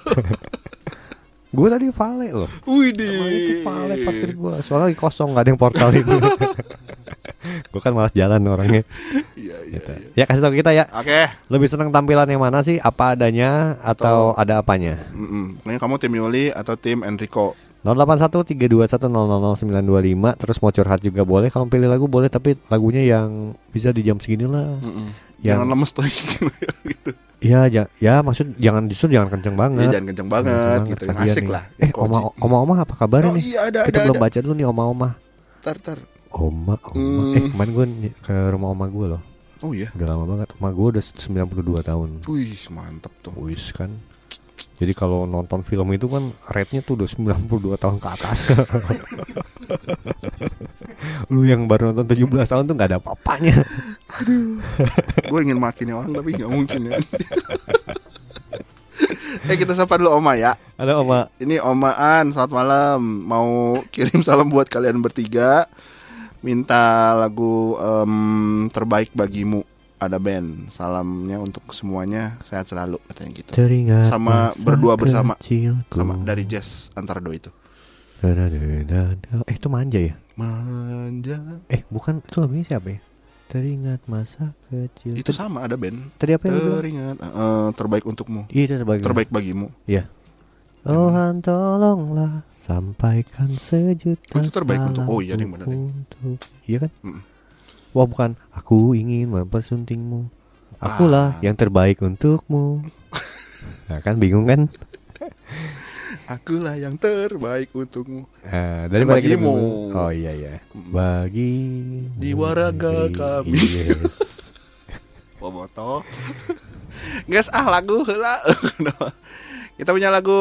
gue tadi vale loh Wih Kemarin itu vale parkir gue soalnya lagi kosong gak ada yang portal ini gue kan malas jalan orangnya Iya, iya. gitu. ya kasih tau kita ya Oke. lebih seneng tampilan yang mana sih apa adanya atau ada apanya Mm-mm. Pokoknya kamu tim Yuli atau tim Enrico? 081321000925 terus mau curhat juga boleh kalau pilih lagu boleh tapi lagunya yang bisa di jam segini lah Mm-mm. Yang- Jangan lemes tuh gitu. ya ja- ya maksud jangan justru jangan kenceng Ya, banget jangan kenceng banget gitu. Yang kasihan asik nih. lah. eh Yang oma koji. oma oma apa kabar Oh nih iya ada kita ada belum ada. baca dulu nih oma oma Tar tar. oma oma Hmm. eh kemarin gue ke rumah oma gue loh Oh iya. udah lama banget oma gue udah 92 tahun Wih mantep tuh. wis kan jadi kalau nonton film itu kan rate-nya tuh udah 92 tahun ke atas. Lu yang baru nonton 17 tahun tuh nggak ada apa-apanya. Gue ingin makin orang tapi nggak mungkin ya. eh kita sapa dulu Oma ya. Ada Oma. Ini Omaan, selamat malam. Mau kirim salam buat kalian bertiga. Minta lagu em, terbaik bagimu. Ada band. Salamnya untuk semuanya. Sehat selalu katanya gitu. Teringat Sama masa berdua bersama. kecilku. Sama dari Jazz antara dua itu. Da-da-da-da-da. Eh itu manja ya? Manja. Eh bukan itu lagunya siapa ya? Teringat masa kecil. Itu sama ada band. Tadi apa yang lu bilang? Teringat eh, terbaik untukmu. Iya itu sebagai Terbaik bagimu. Iya. Tuhan Oh, tolonglah sampaikan sejuta Oh, itu terbaik untuk- salam oh, iya, ada yang bener nih. untuk- Iya kan? Mm. Wah bukan, aku ingin mempersuntingmu. Akulah Ah. yang terbaik untukmu. Nah, kan bingung kan? Akulah yang terbaik untukmu. Nah, daripada kita Bagimu. bingung- Oh iya ya. Bagi Di waraga kami. Yes. Boboto. Guys, ah lagu heula. Kita punya lagu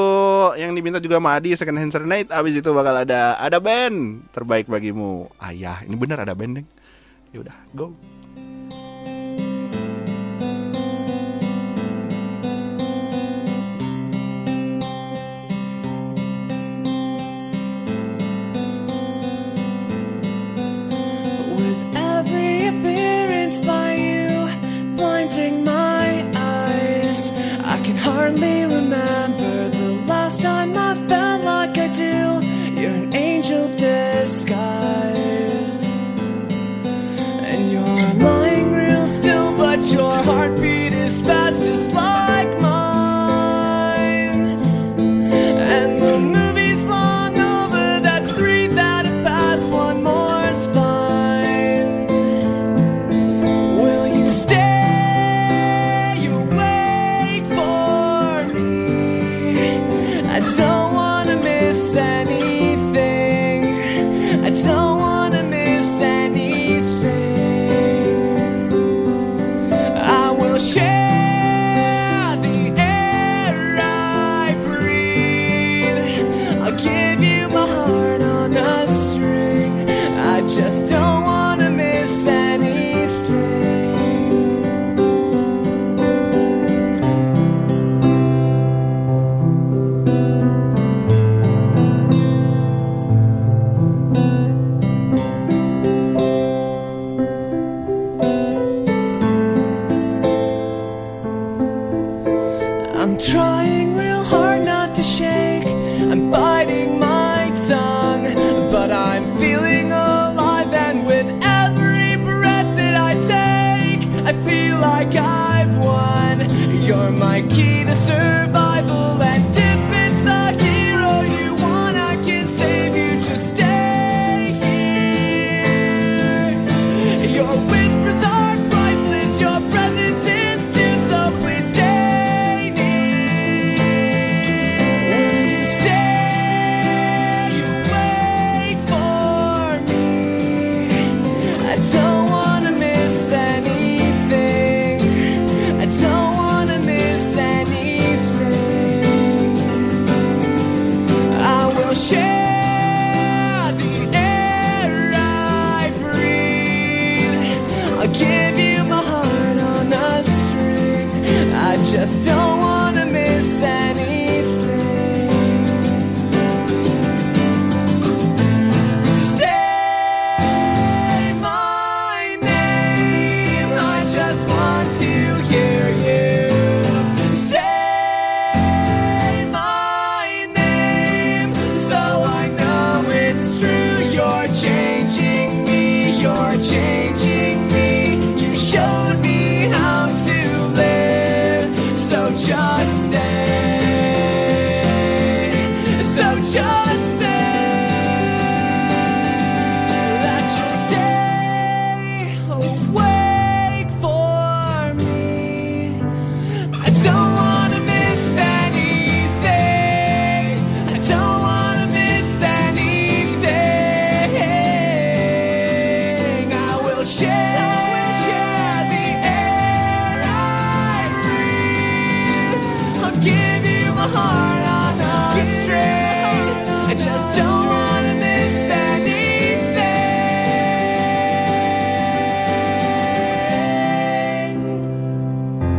yang diminta juga sama Adi Second Hand Serenade Abis itu bakal ada ada band terbaik bagimu Ayah, ini bener ada band deng Yaudah, go With every appearance by you, blinding my eyes, I can hardly remember the last time I felt like I do. You're an angel disguised, and you're lying real still, but your heartbeat is fast, just like mine. And the movie's long over, that's three that have passed, one more's fine. Will you stay awake for me? I don't wanna miss anything. I don't wanna miss anything. I will share the air I breathe. I'll give you my heart on a string. I just don't want to miss anything. I'm trying real hard not to shake. I'm biting my tongue, but I'm feeling alive. And with every breath that I take, I feel like I've won. You're my key to survival. And if it's a hero you want, I can save you. Just stay here. Your whispers are priceless, your presence is too, so please stay near. Will you stay awake for me? I don't wanna miss anything. I don't wanna miss anything. I will share the air I breathe. I'll give you my heart on a string. I just don't want to miss anything. Say my name. I just want to hear you. Say my name. So I know it's true. You're changing me. You're changing me. You showed me how to live. So just say. So just say. That you'll stay awake for me. I don't wanna miss anything. I don't wanna miss anything. I will share the air I breathe. I'll give you my heart on a string. I just don't wanna miss anything.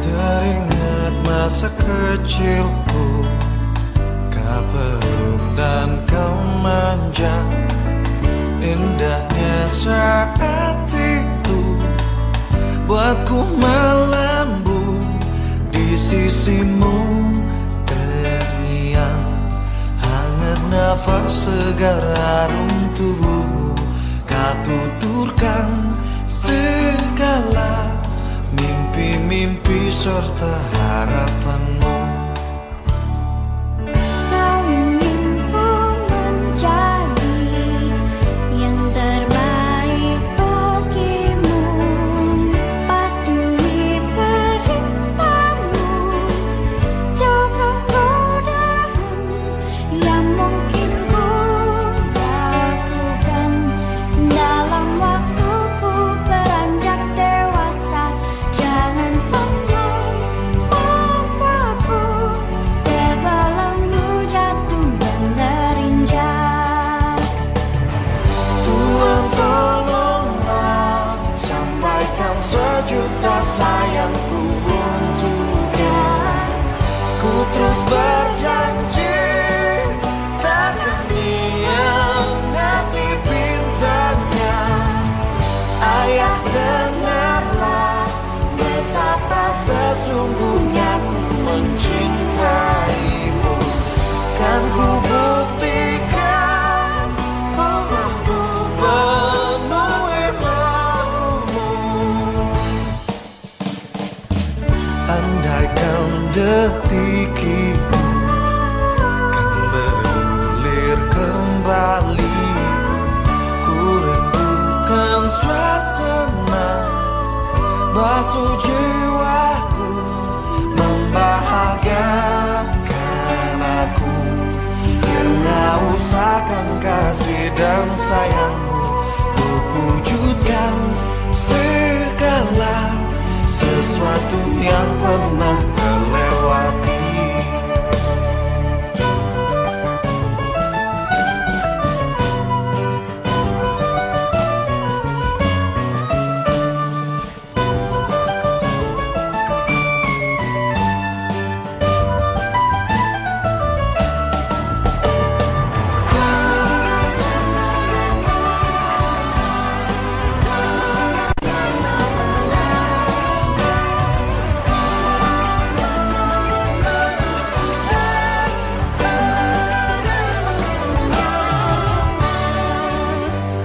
Teringat masa kecilku Kau peluk dan kau manja Indahnya saat itu Buatku melambung Di sisimu terngiang nafas segar harum tubuhmu Kau tuturkan segala mimpi-mimpi serta harapanmu Kau inginku menjadi yang terbaik bagimu Patuhi perintahmu Jauhkan godaan yang mungkin ku lakukan Dalam waktuku beranjak dewasa Jangan sampai papaku terbelenggu jatuh dan terinjak Tuhan tolonglah Sampaikan sejuta sayangku untuknya Ku terus berjanji Takkan diam nanti bintangnya Ayah dengarlah Betapa sesungguhnya ku mencintaimu Kan ku buktikan Kau mampu penuhi maumu Andaikan detik itu Kan berulir kembali Ku rindukan suasana Basuh jiwaku Membahagiakan aku Yang usahakan kasih dan sayangmu Untuk wujudkan segala Sesuatu yang pernah terlewati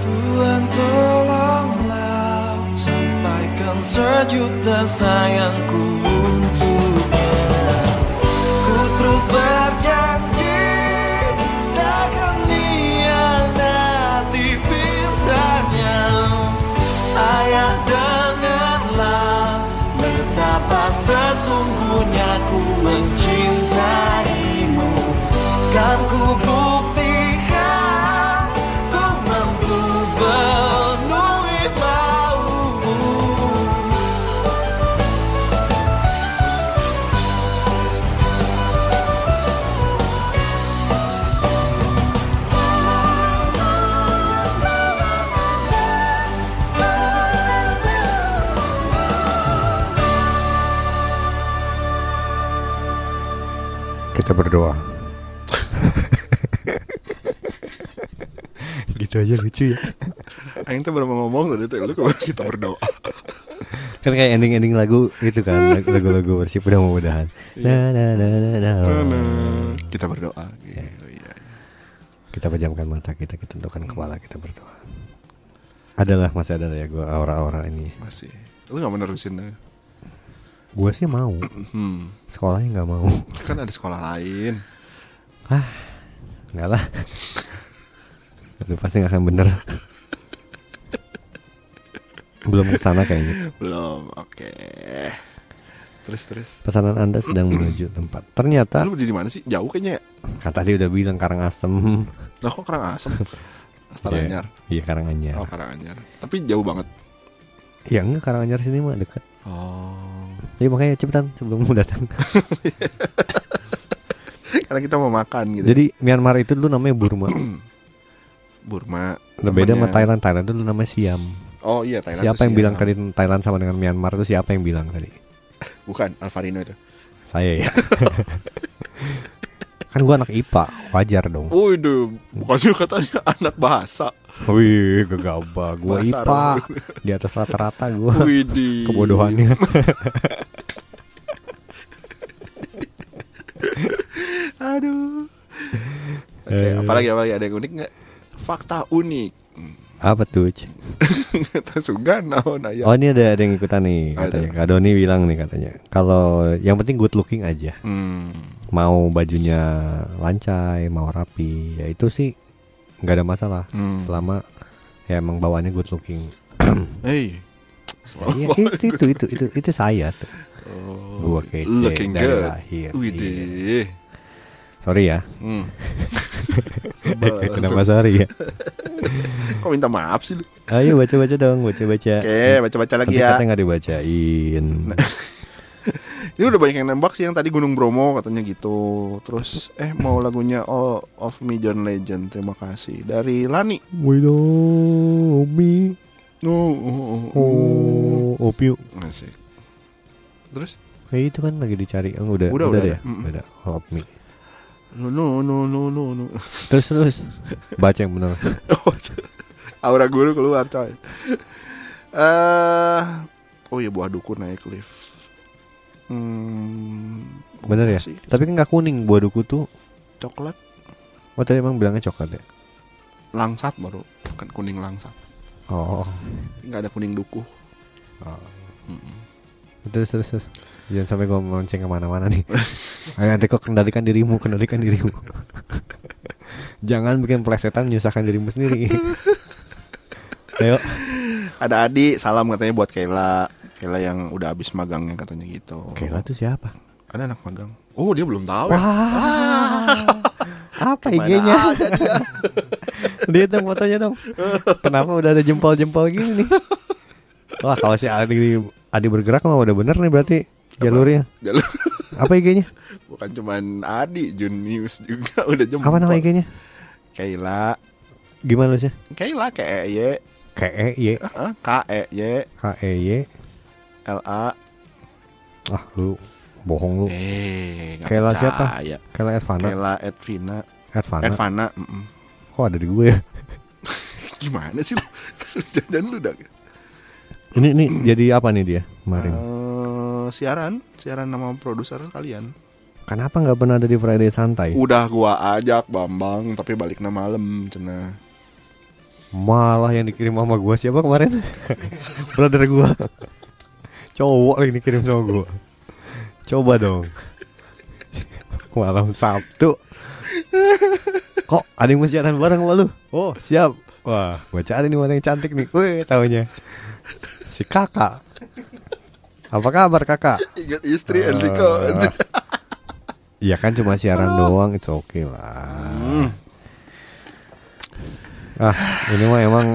Tuhan tolonglah sampaikan sejuta sayangku untuknya Ku terus berjanji takkan nanti pintanya Ayah dengarlah betapa sesungguhnya ku mencintaimu Kan ku buktikan kau mampu penuhi maumu Kita berdoa. gitu aja lucu ya. Aing tuh berapa ngomong tadi tuh lu kok kita berdoa. Kan kayak ending-ending lagu itu kan lagu-lagu worship udah mau udahan. Na, na, na, na, Iya. na. Kita berdoa. Gitu, iya. Kita pejamkan mata kita, kita tentukan kepala kita berdoa. Adalah masih ada ya gua aura-aura ini. Masih. Lu gak menerusin tuh. Gua sih mau, Hmm. sekolahnya nggak mau. Kan ada sekolah lain. Enggak lah. Itu pasti nggak akan bener. Belum kesana kayaknya. Belum. Oke. Terus terus. Pesanan Anda sedang menuju tempat. Ternyata Lu di mana sih? Jauh kayaknya ya. kan tadi udah bilang Karangasem. Lah kok Karang Asem? Iya. Astana Anyar. Iya Karanganyar. Oh, Karanganyar. Tapi jauh banget. Ya enggak Karanganyar sini mah dekat. Oh. Jadi makanya cepetan sebelum mau datang. Gitu. Karena kita mau makan gitu. Jadi Myanmar itu dulu namanya Burma. Nah, Burma. Beda sama temannya. Thailand. Thailand itu dulu namanya Siam. Oh iya Thailand. siapa tuh yang Siam. bilang tadi Thailand sama dengan Myanmar itu siapa yang bilang tadi? Bukan Alvarino itu. Saya ya. kan gua anak IPA, wajar dong. Wih, bukannya katanya anak bahasa. Wih, gegabah gua Bahasa IPA. Arab. Di atas rata-rata gua. Widih. Kebodohannya. Aduh. Oke, Eh. apalagi apalagi ada yang unik nggak? Fakta unik. Apa tuh? Ci? Terus enggak naon aya. Oh ini ada ada yang ikutan nih Ya. Apa katanya. tuh? Kak Doni bilang nih katanya. Kalau yang penting good looking aja. Hmm. Mau bajunya lancai, mau rapi, ya itu sih nggak ada masalah. Hmm. Selama ya emang bawaannya good looking. Hey. Iya itu, itu itu itu itu saya tuh. Gua kece Oh, Looking dari good. lahir. Iya. Widih. Sorry ya. Hmm. Kenapa sorry ya? Kok minta maaf sih lu? Ayo baca-baca dong, baca-baca. Oke, Nah. baca-baca lagi Ya. Nanti ya. katanya nggak dibacain. Ini udah banyak yang nembak sih yang tadi Gunung Bromo katanya gitu. Terus eh mau lagunya All of Me John Legend. Terima kasih dari Lani. We know me. Oh, Oh, opiu. Asik. Terus Eh, itu kan lagi dicari. Oh, udah, udah, Udah, udah deh. ada. Hmm. Mm-mm. Udah, help me. no no no no no. no. Terus terus baca yang benar. Oh, Aura guru keluar coy. Eh oh iya buah dukun naik lift. Hmm. Bener ya? sih. Tapi kan nggak kuning buah duku tuh. coklat Oh, tadi emang bilangnya coklat ya. langsat baru kan kuning langsat. Oh. Enggak ada kuning duku. Terus terus terus. Jangan sampai gua melenceng kemana-mana nih. Ayo Enrico kendalikan dirimu, kendalikan dirimu. Jangan bikin plesetan menyusahkan dirimu sendiri. Ayo. Ada Adi, salam katanya buat Kayla. Kayla yang udah habis magangnya katanya gitu. Kayla tuh siapa? Ada anak magang. Oh, dia belum tahu. ya? Wah. Apa Kemana IG-nya? aja dia? Lihat dong fotonya dong. Kenapa udah ada jempol-jempol gini nih? Wah, kalau si Adi Adi bergerak mah udah bener nih berarti jalurnya. Jalur. Apa IG-nya? Bukan cuman Adi, Junius juga udah jemput. Apa nama IG-nya? Kayla. Gimana sih? Kayla K E Y K E Y Heeh, K E Y K E Y. L A. Ah, lu bohong lu. Eh, nggak Kayla percaya. siapa? Kayla Edvana. Kayla Edvina. Edvana. Edvana. mm-mm. Kok ada di gue ya? Gimana sih lu? Jangan lu dah. Ini ini jadi apa nih dia kemarin? Eh, siaran, siaran nama produser kalian. Kenapa nggak pernah ada di Friday Santai? Udah gua ajak Bambang, tapi baliknya malam cenah. Malah yang dikirim sama gua siapa kemarin? Brother gua. Cowok yang dikirim sama gua. Coba dong. Malam Sabtu. Kok ada yang mau siaran bareng sama lu? Oh, siap. Wah, gua cari nih mana yang cantik nih. Wih, taunya. Si kakak. Apa kabar kakak? Ingat istri Enrico. Ya kan cuma siaran doang, it's okay lah. Ah, ini mah emang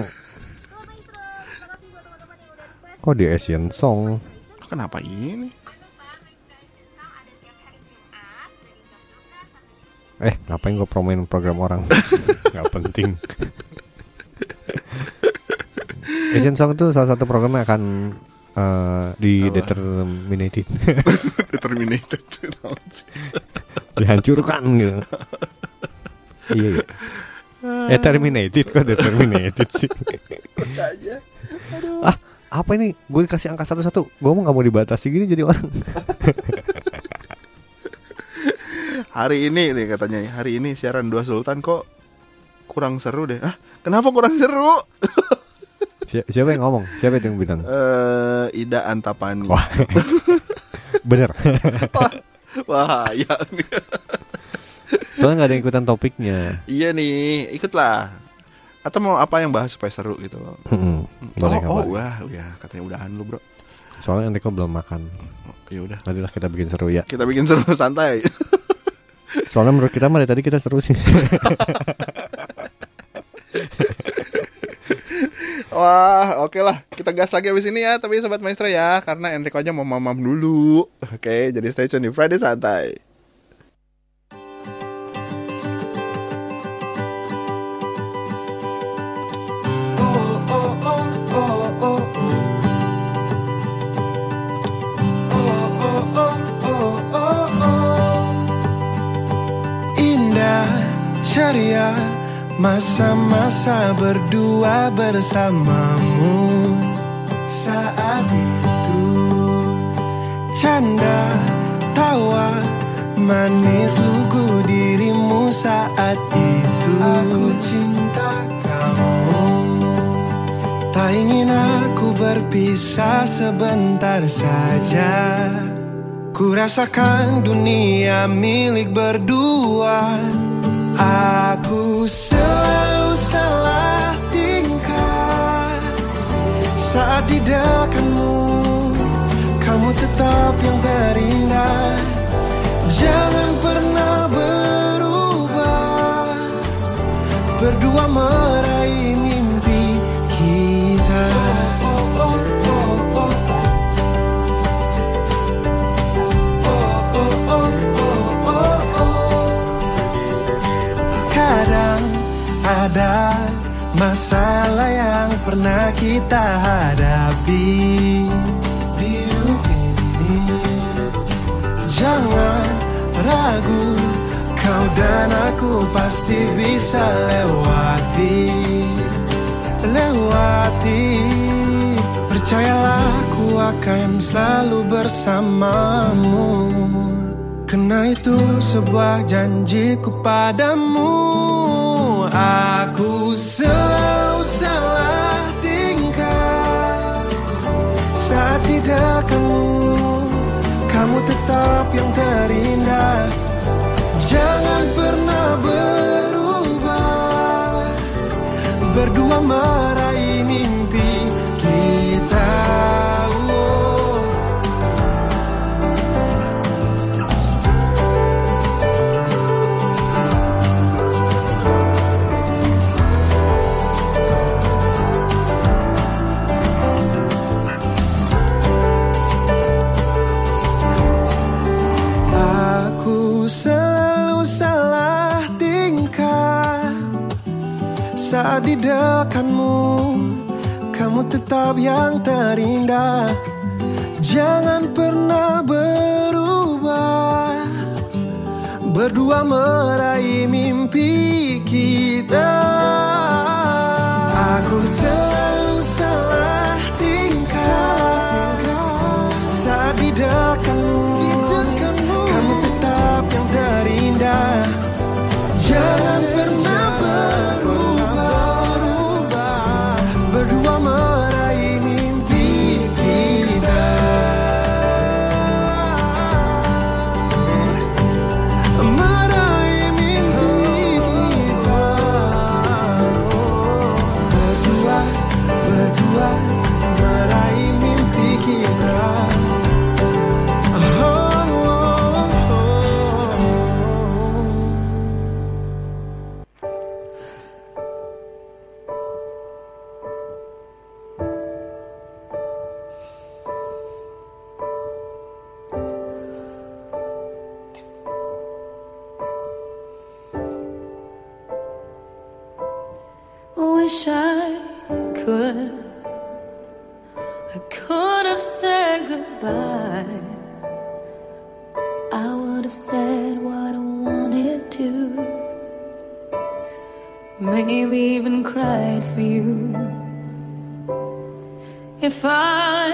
Kok di Asian Song? Kenapa ini? Eh, ngapain gue promoin program orang? Gak penting. Asian Song itu salah satu program yang akan eh, di determinated, Determinated. Naon sih? dihancurkan gitu. iya, iya. Eh, terminated kok determinated sih. Aja. ah apa ini gue dikasih angka satu-satu gue mau nggak mau dibatasi gini jadi orang hari ini nih katanya hari ini siaran dua sultan kok kurang seru deh. Ah, kenapa kurang seru? Si- siapa yang ngomong siapa itu yang bilang Eh, Ida Antapani. wah bener Wah, ya. soalnya nggak ada yang ikutan topiknya iya nih, ikutlah. Atau mau apa yang bahas supaya seru gitu loh. Mm-mm. Hmm, boleh nggak oh, oh, Pak? wah, ya katanya udahan lu, Bro. soalnya Enrico belum makan Ya udah. nantilah kita bikin seru ya Kita bikin seru santai. soalnya menurut kita mah dari tadi kita seru sih Wah, oke lah. Kita gas lagi abis ini ya, tapi sobat maestro ya, karena Enrico aja mau mamam dulu. Oke, jadi stay tune di Friday santai. Indah ceria masa-masa berdua bersamamu saat itu canda tawa manis lugu dirimu saat itu Aku cinta kamu Tak ingin aku berpisah sebentar saja Ku rasakan dunia milik berdua Aku selalu salah tingkah Saat tidak kamu Kamu tetap yang terindah Jangan pernah berubah berdua meraih mimpi kita. Kadang ada masalah yang pernah kita hadapi di hidup ini. Jangan ragu Kau dan aku pasti bisa lewati Lewati Percayalah aku akan selalu bersamamu Kena itu sebuah janjiku padamu Aku selalu salah tingkah saat tidak kamu Kamu tetap yang terindah Jangan pernah berubah Berdua meraih mimpi kita Oh. Aku selalu salah tingkah Saat didekanmu Kamu tetap yang terindah Jangan pernah berubah Berdua meraih mimpi kita Aku selalu salah tingkah Saat didekanmu Kamu tetap yang terindah Jangan pernah berubah Berdua meraih mimpi kita Meraih mimpi kita Berdua, berdua meraih mimpi kita Oh, Wish I could. I could have said goodbye. I would have said what I wanted to. Maybe even cried for you. If I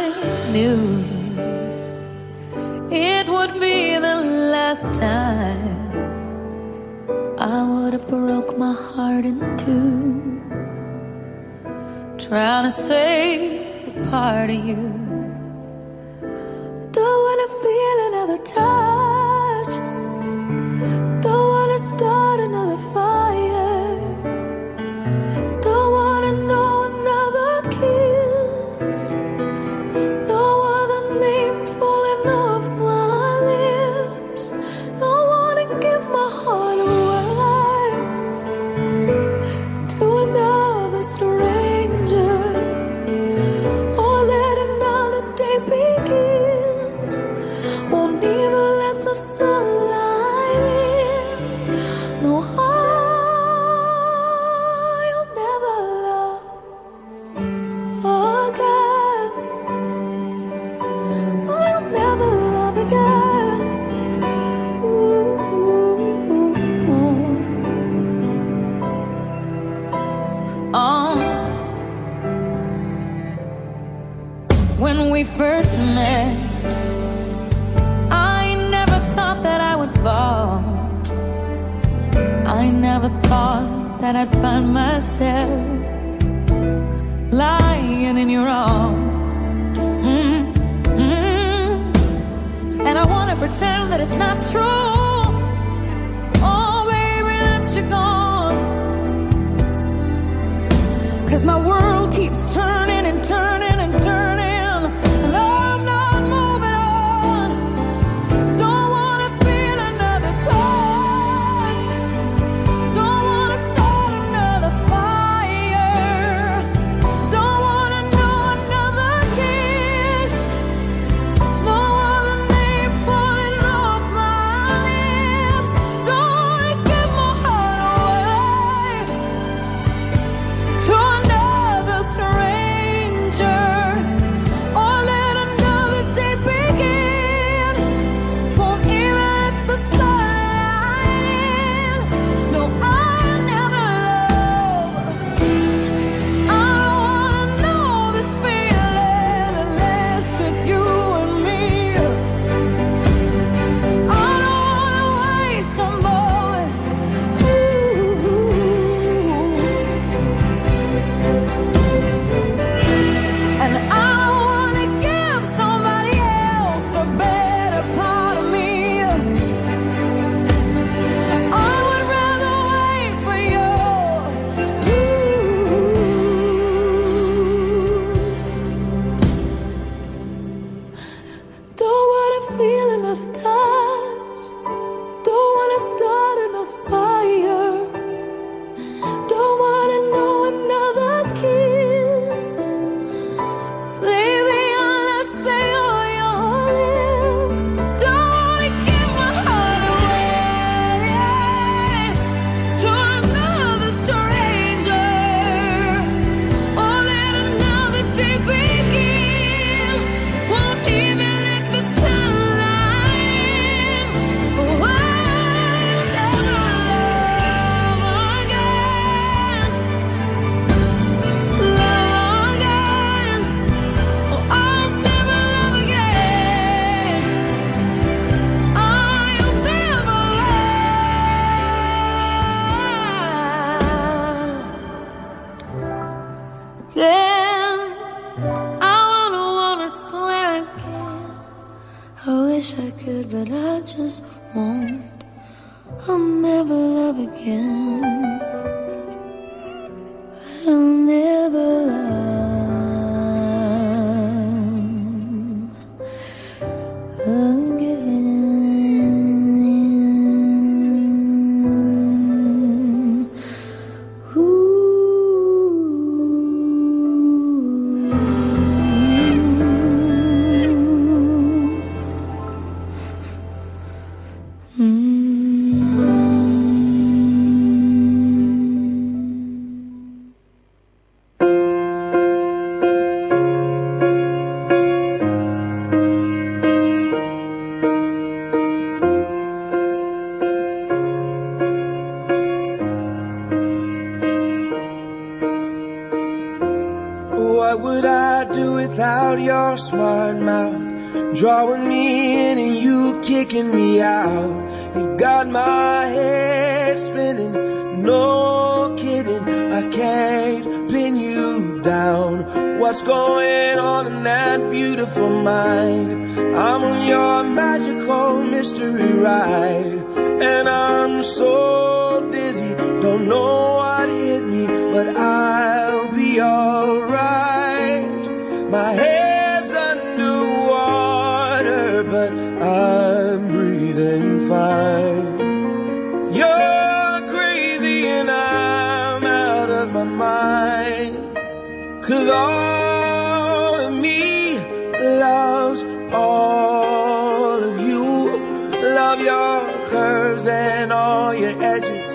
knew it would be the last time, I would have broke my heart in two trying to save a part of you. Don't wanna feel another touch. Don't wanna start another fire. Don't wanna know another kiss. No other name falling off my lips. Don't wanna give my heart away to another stranger or let another day begin. Won't even let the sunlight in. No, I'll never love again. I'll never love again. Ooh. on when we first met. I never thought that I would fall. I never thought that that I'd find myself lying in your arms. Mm, mm. And I want to pretend that it's not true. Oh, baby, that you're gone. Cause my world keeps turning and turning and turning. And I'm not moving on. Don't wanna feel another touch. Don't wanna start another fire. Don't wanna know another kiss. No other name falling off my lips. Don't wanna give my heart away to another stranger or let another day begin. Won't even let the sunlight in. No, I'll never love. I don't wanna know this feeling unless it's you and me. I don't wanna waste a moment. Ooh. And I don't wanna give somebody else the better part of me. I would rather wait for you. Don't wanna feel another touch. Don't wanna start another fire. Don't wanna know another kiss. Baby, unless they are your lips, don't wanna give my heart away to another stranger. Or let another day begin. Won't even let the sunlight in. Oh, I'll never love again. Love again. I'll never love again. I'll never love again. I wanna wanna swear again. I wish I could, but I just won't. I'll never love again. I'll never love again. Ooh. What would I do without your smart mouth? Drawing me in and you kicking me out. You got my head spinning, no kidding. I can't pin you down. What's going on in that beautiful mind? I'm on your magical mystery ride, and I'm so dizzy, don't know what hit me, but I'll be alright. My head's underwater, but I'm breathing fine. You're crazy and I'm out of my mind. Cause all of me loves all of you. Love your curves and all your edges,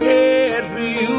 head for you.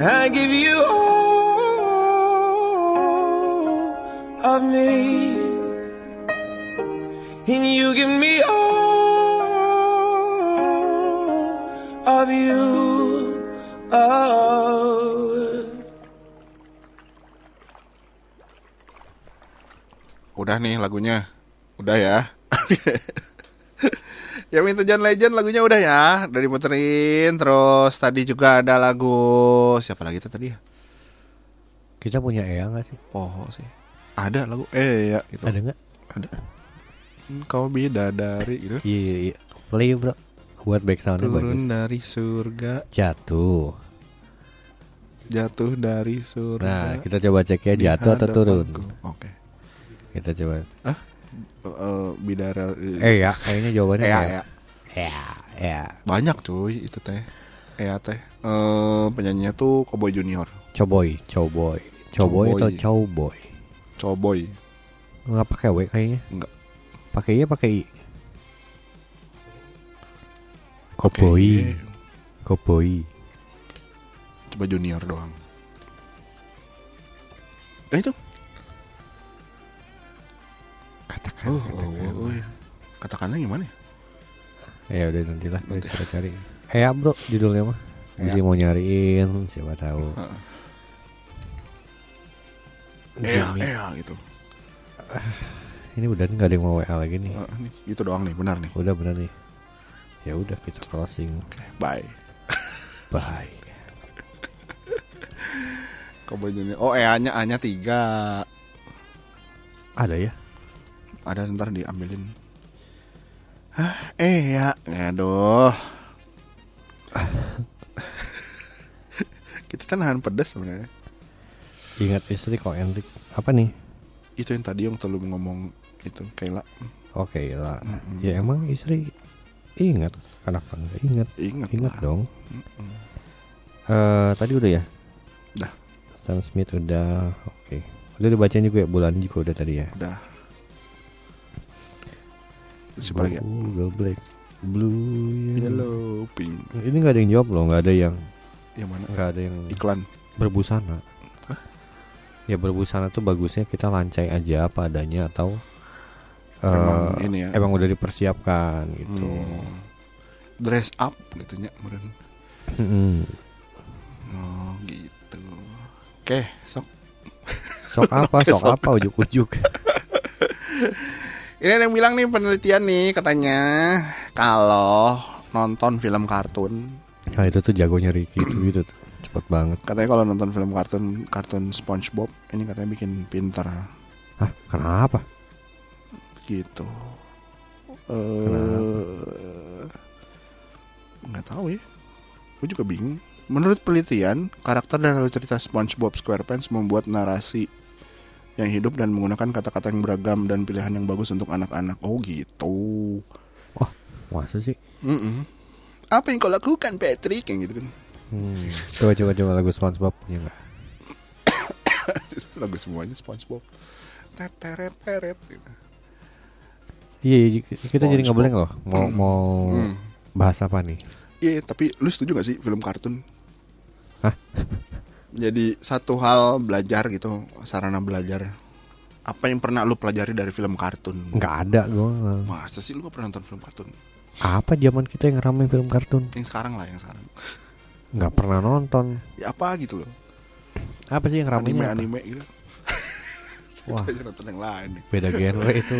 I give you all of me. And you give me all of you. Oh. Udah nih lagunya. Udah ya. Yang itu Ya, John Legend lagunya udah ya dari puterin terus tadi juga ada lagu siapa lagi itu tadi ya Kita punya Eyang gak sih? Poho sih ada lagu eh ya gitu Ada nggak? ada kau bidadari gitu Iya iya iya. Play bro. Buat back soundnya turun bagus. dari surga Jatuh. jatuh dari Nah surga kita coba cek Iya, ya jatuh atau dihadapanku. turun. oke Kita coba. Eh, bidadari Eh ya, kayaknya jawabannya Eh, ya. ya, ya. Ya ya. banyak cuy itu teh eh ya, teh Eh, penyanyinya tuh Cowboy Junior Cowboy, cowboy, cowboy atau Cowboy. cowboy? Cowboy Nggak pakai W kayaknya. Nggak. Pakai ya pakai I. Cowboy, Oke, cowboy. coba Junior doang nah itu Katakan. oh, oh, oh, oh. katakannya gimana ya? Ya udah nantilah kita Nanti. coba cari. Eh bro judulnya mah. Mesti mau nyariin siapa tahu. Heeh. eh ya, Jimmy. eh ya, gitu Ini udah nggak ada yang mau WA lagi nih. Eh, nih, gitu doang nih benar nih Udah bener nih. Ya udah kita closing. bye Bye. Cowboy Junior oh eh nya nya tiga Ada ya? ada ntar diambilin Hah, eh ya aduh kita kan nahan pedas sebenarnya Ingat istri kok Enrik. Apa nih? itu yang tadi yang terlalu ngomong itu Kayla Oke lah. Ya emang istri ingat kenapa nggak ingat? ingat Ingat lah. dong. Eh tadi udah ya? Dah. Sam Smith udah oke. Udah dibacain juga ya bulan juga udah tadi ya. udah Terus siapa lagi ya? Google Black. Blue yellow. Yellow, pink. Ini nggak ada yang jawab loh, nggak ada yang Yang mana? nggak ada yang Iklan. berbusana. Ya berbusana tuh bagusnya kita lancai aja apa adanya atau eh, Emang ini ya. emang udah dipersiapkan gitu. Hmm. Dress up gitu ya, meren. Mm-mm. Oh, gitu. Oke, sok. Sok apa? Sok apa? Ujuk-ujuk. Ini ada yang bilang nih penelitian nih katanya kalau nonton film kartun Nah itu tuh jagonya Ricky itu gitu. tuh. Cepet banget. katanya kalau nonton film kartun kartun SpongeBob ini katanya bikin pinter Hah? Kenapa? gitu. Eh nggak tahu ya. Gue juga bingung. Menurut penelitian, karakter dan alur cerita SpongeBob SquarePants membuat narasi yang hidup dan menggunakan kata-kata yang beragam dan pilihan yang bagus untuk anak-anak. Oh gitu. Wah, masa sih? Mm-mm. Apa yang kau lakukan Patrick yang gitu kan? Hmm. Coba coba coba lagu SpongeBob punya nggak? Lagu semuanya SpongeBob. Teteret teret. Gitu. Iya, iya, kita jadi nggak SpongeBob. boleh loh. Mau mau Hmm. bahas apa nih? Iya, tapi lu setuju gak sih film kartun? Hah? Jadi satu hal belajar gitu, sarana belajar. Apa yang pernah lu pelajari dari film kartun? Nggak ada gua. Masa sih lu gak pernah nonton film kartun? Apa zaman kita yang rame film kartun? Yang sekarang lah, yang sekarang. Nggak pernah nonton. Ya apa gitu loh. Apa sih yang ramenya? apa? Anime-anime gitu. Wah, Aja nonton yang lain. nih. beda genre itu.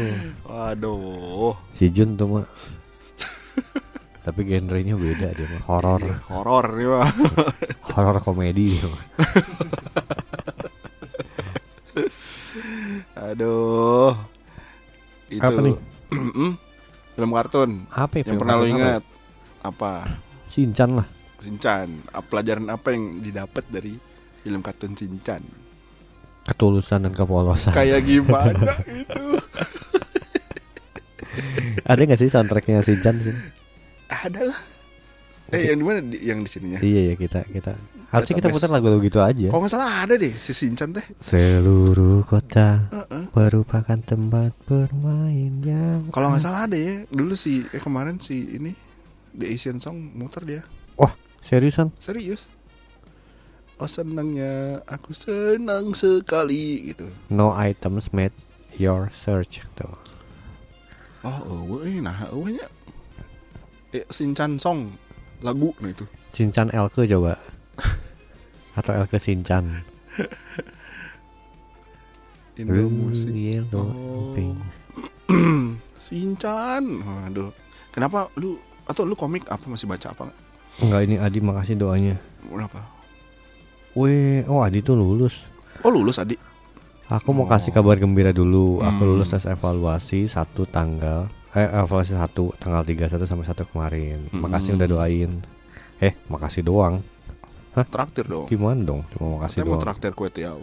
Waduh. Si Jun tuh mah. Tapi genrenya beda dia mah. Horor, Iya. Horor nih, Pak. horor komedi dia mah. Aduh. Itu. Apa nih? Mm-mm. film kartun. Apa ya? yang film pernah lu kartun apa? ingat? Apa? Shinchan lah. Sinchan. Ap- Pelajaran apa yang didapat dari film kartun Sinchan? Ketulusan dan kepolosan. Kayak gimana itu? Ada nggak sih soundtracknya Shinchan sih? Ada lah. Eh yang di mana? Di- Yang di sininya. Iya ya kita kita. Harusnya kita Database. putar lagu-lagu gitu aja. Kalau nggak salah ada deh si Sinchan teh. Seluruh kota merupakan tempat bermain yang Kalau nggak salah ada ya. Dulu si eh, kemarin si ini The Asian Song muter dia. Wah Oh, seriusan? Serius. Oh senangnya aku senang sekali gitu. No items match your search tuh. Oh, eueuh, nah eueuhnya. Eh, Sinchan Song lagu nah itu. Sincan Elke coba atau Elke Sincan. Indo musik. Yellow and pink. Sinchan. Aduh. Kenapa lu atau lu komik apa masih baca apa? nggak? Enggak ini Adi makasih doanya. Kenapa? Weh, oh Adi tuh lulus. Oh, lulus Adi. Aku mau kasih kabar gembira dulu. Aku lulus tes evaluasi satu tanggal eh evaluasi satu tanggal 31 sampai 1 kemarin. Makasih udah doain. Eh, makasih doang. Traktir dong. Gimana Iya, dong? Cuma makasih Saya mau doang. traktir ya kue tiaw.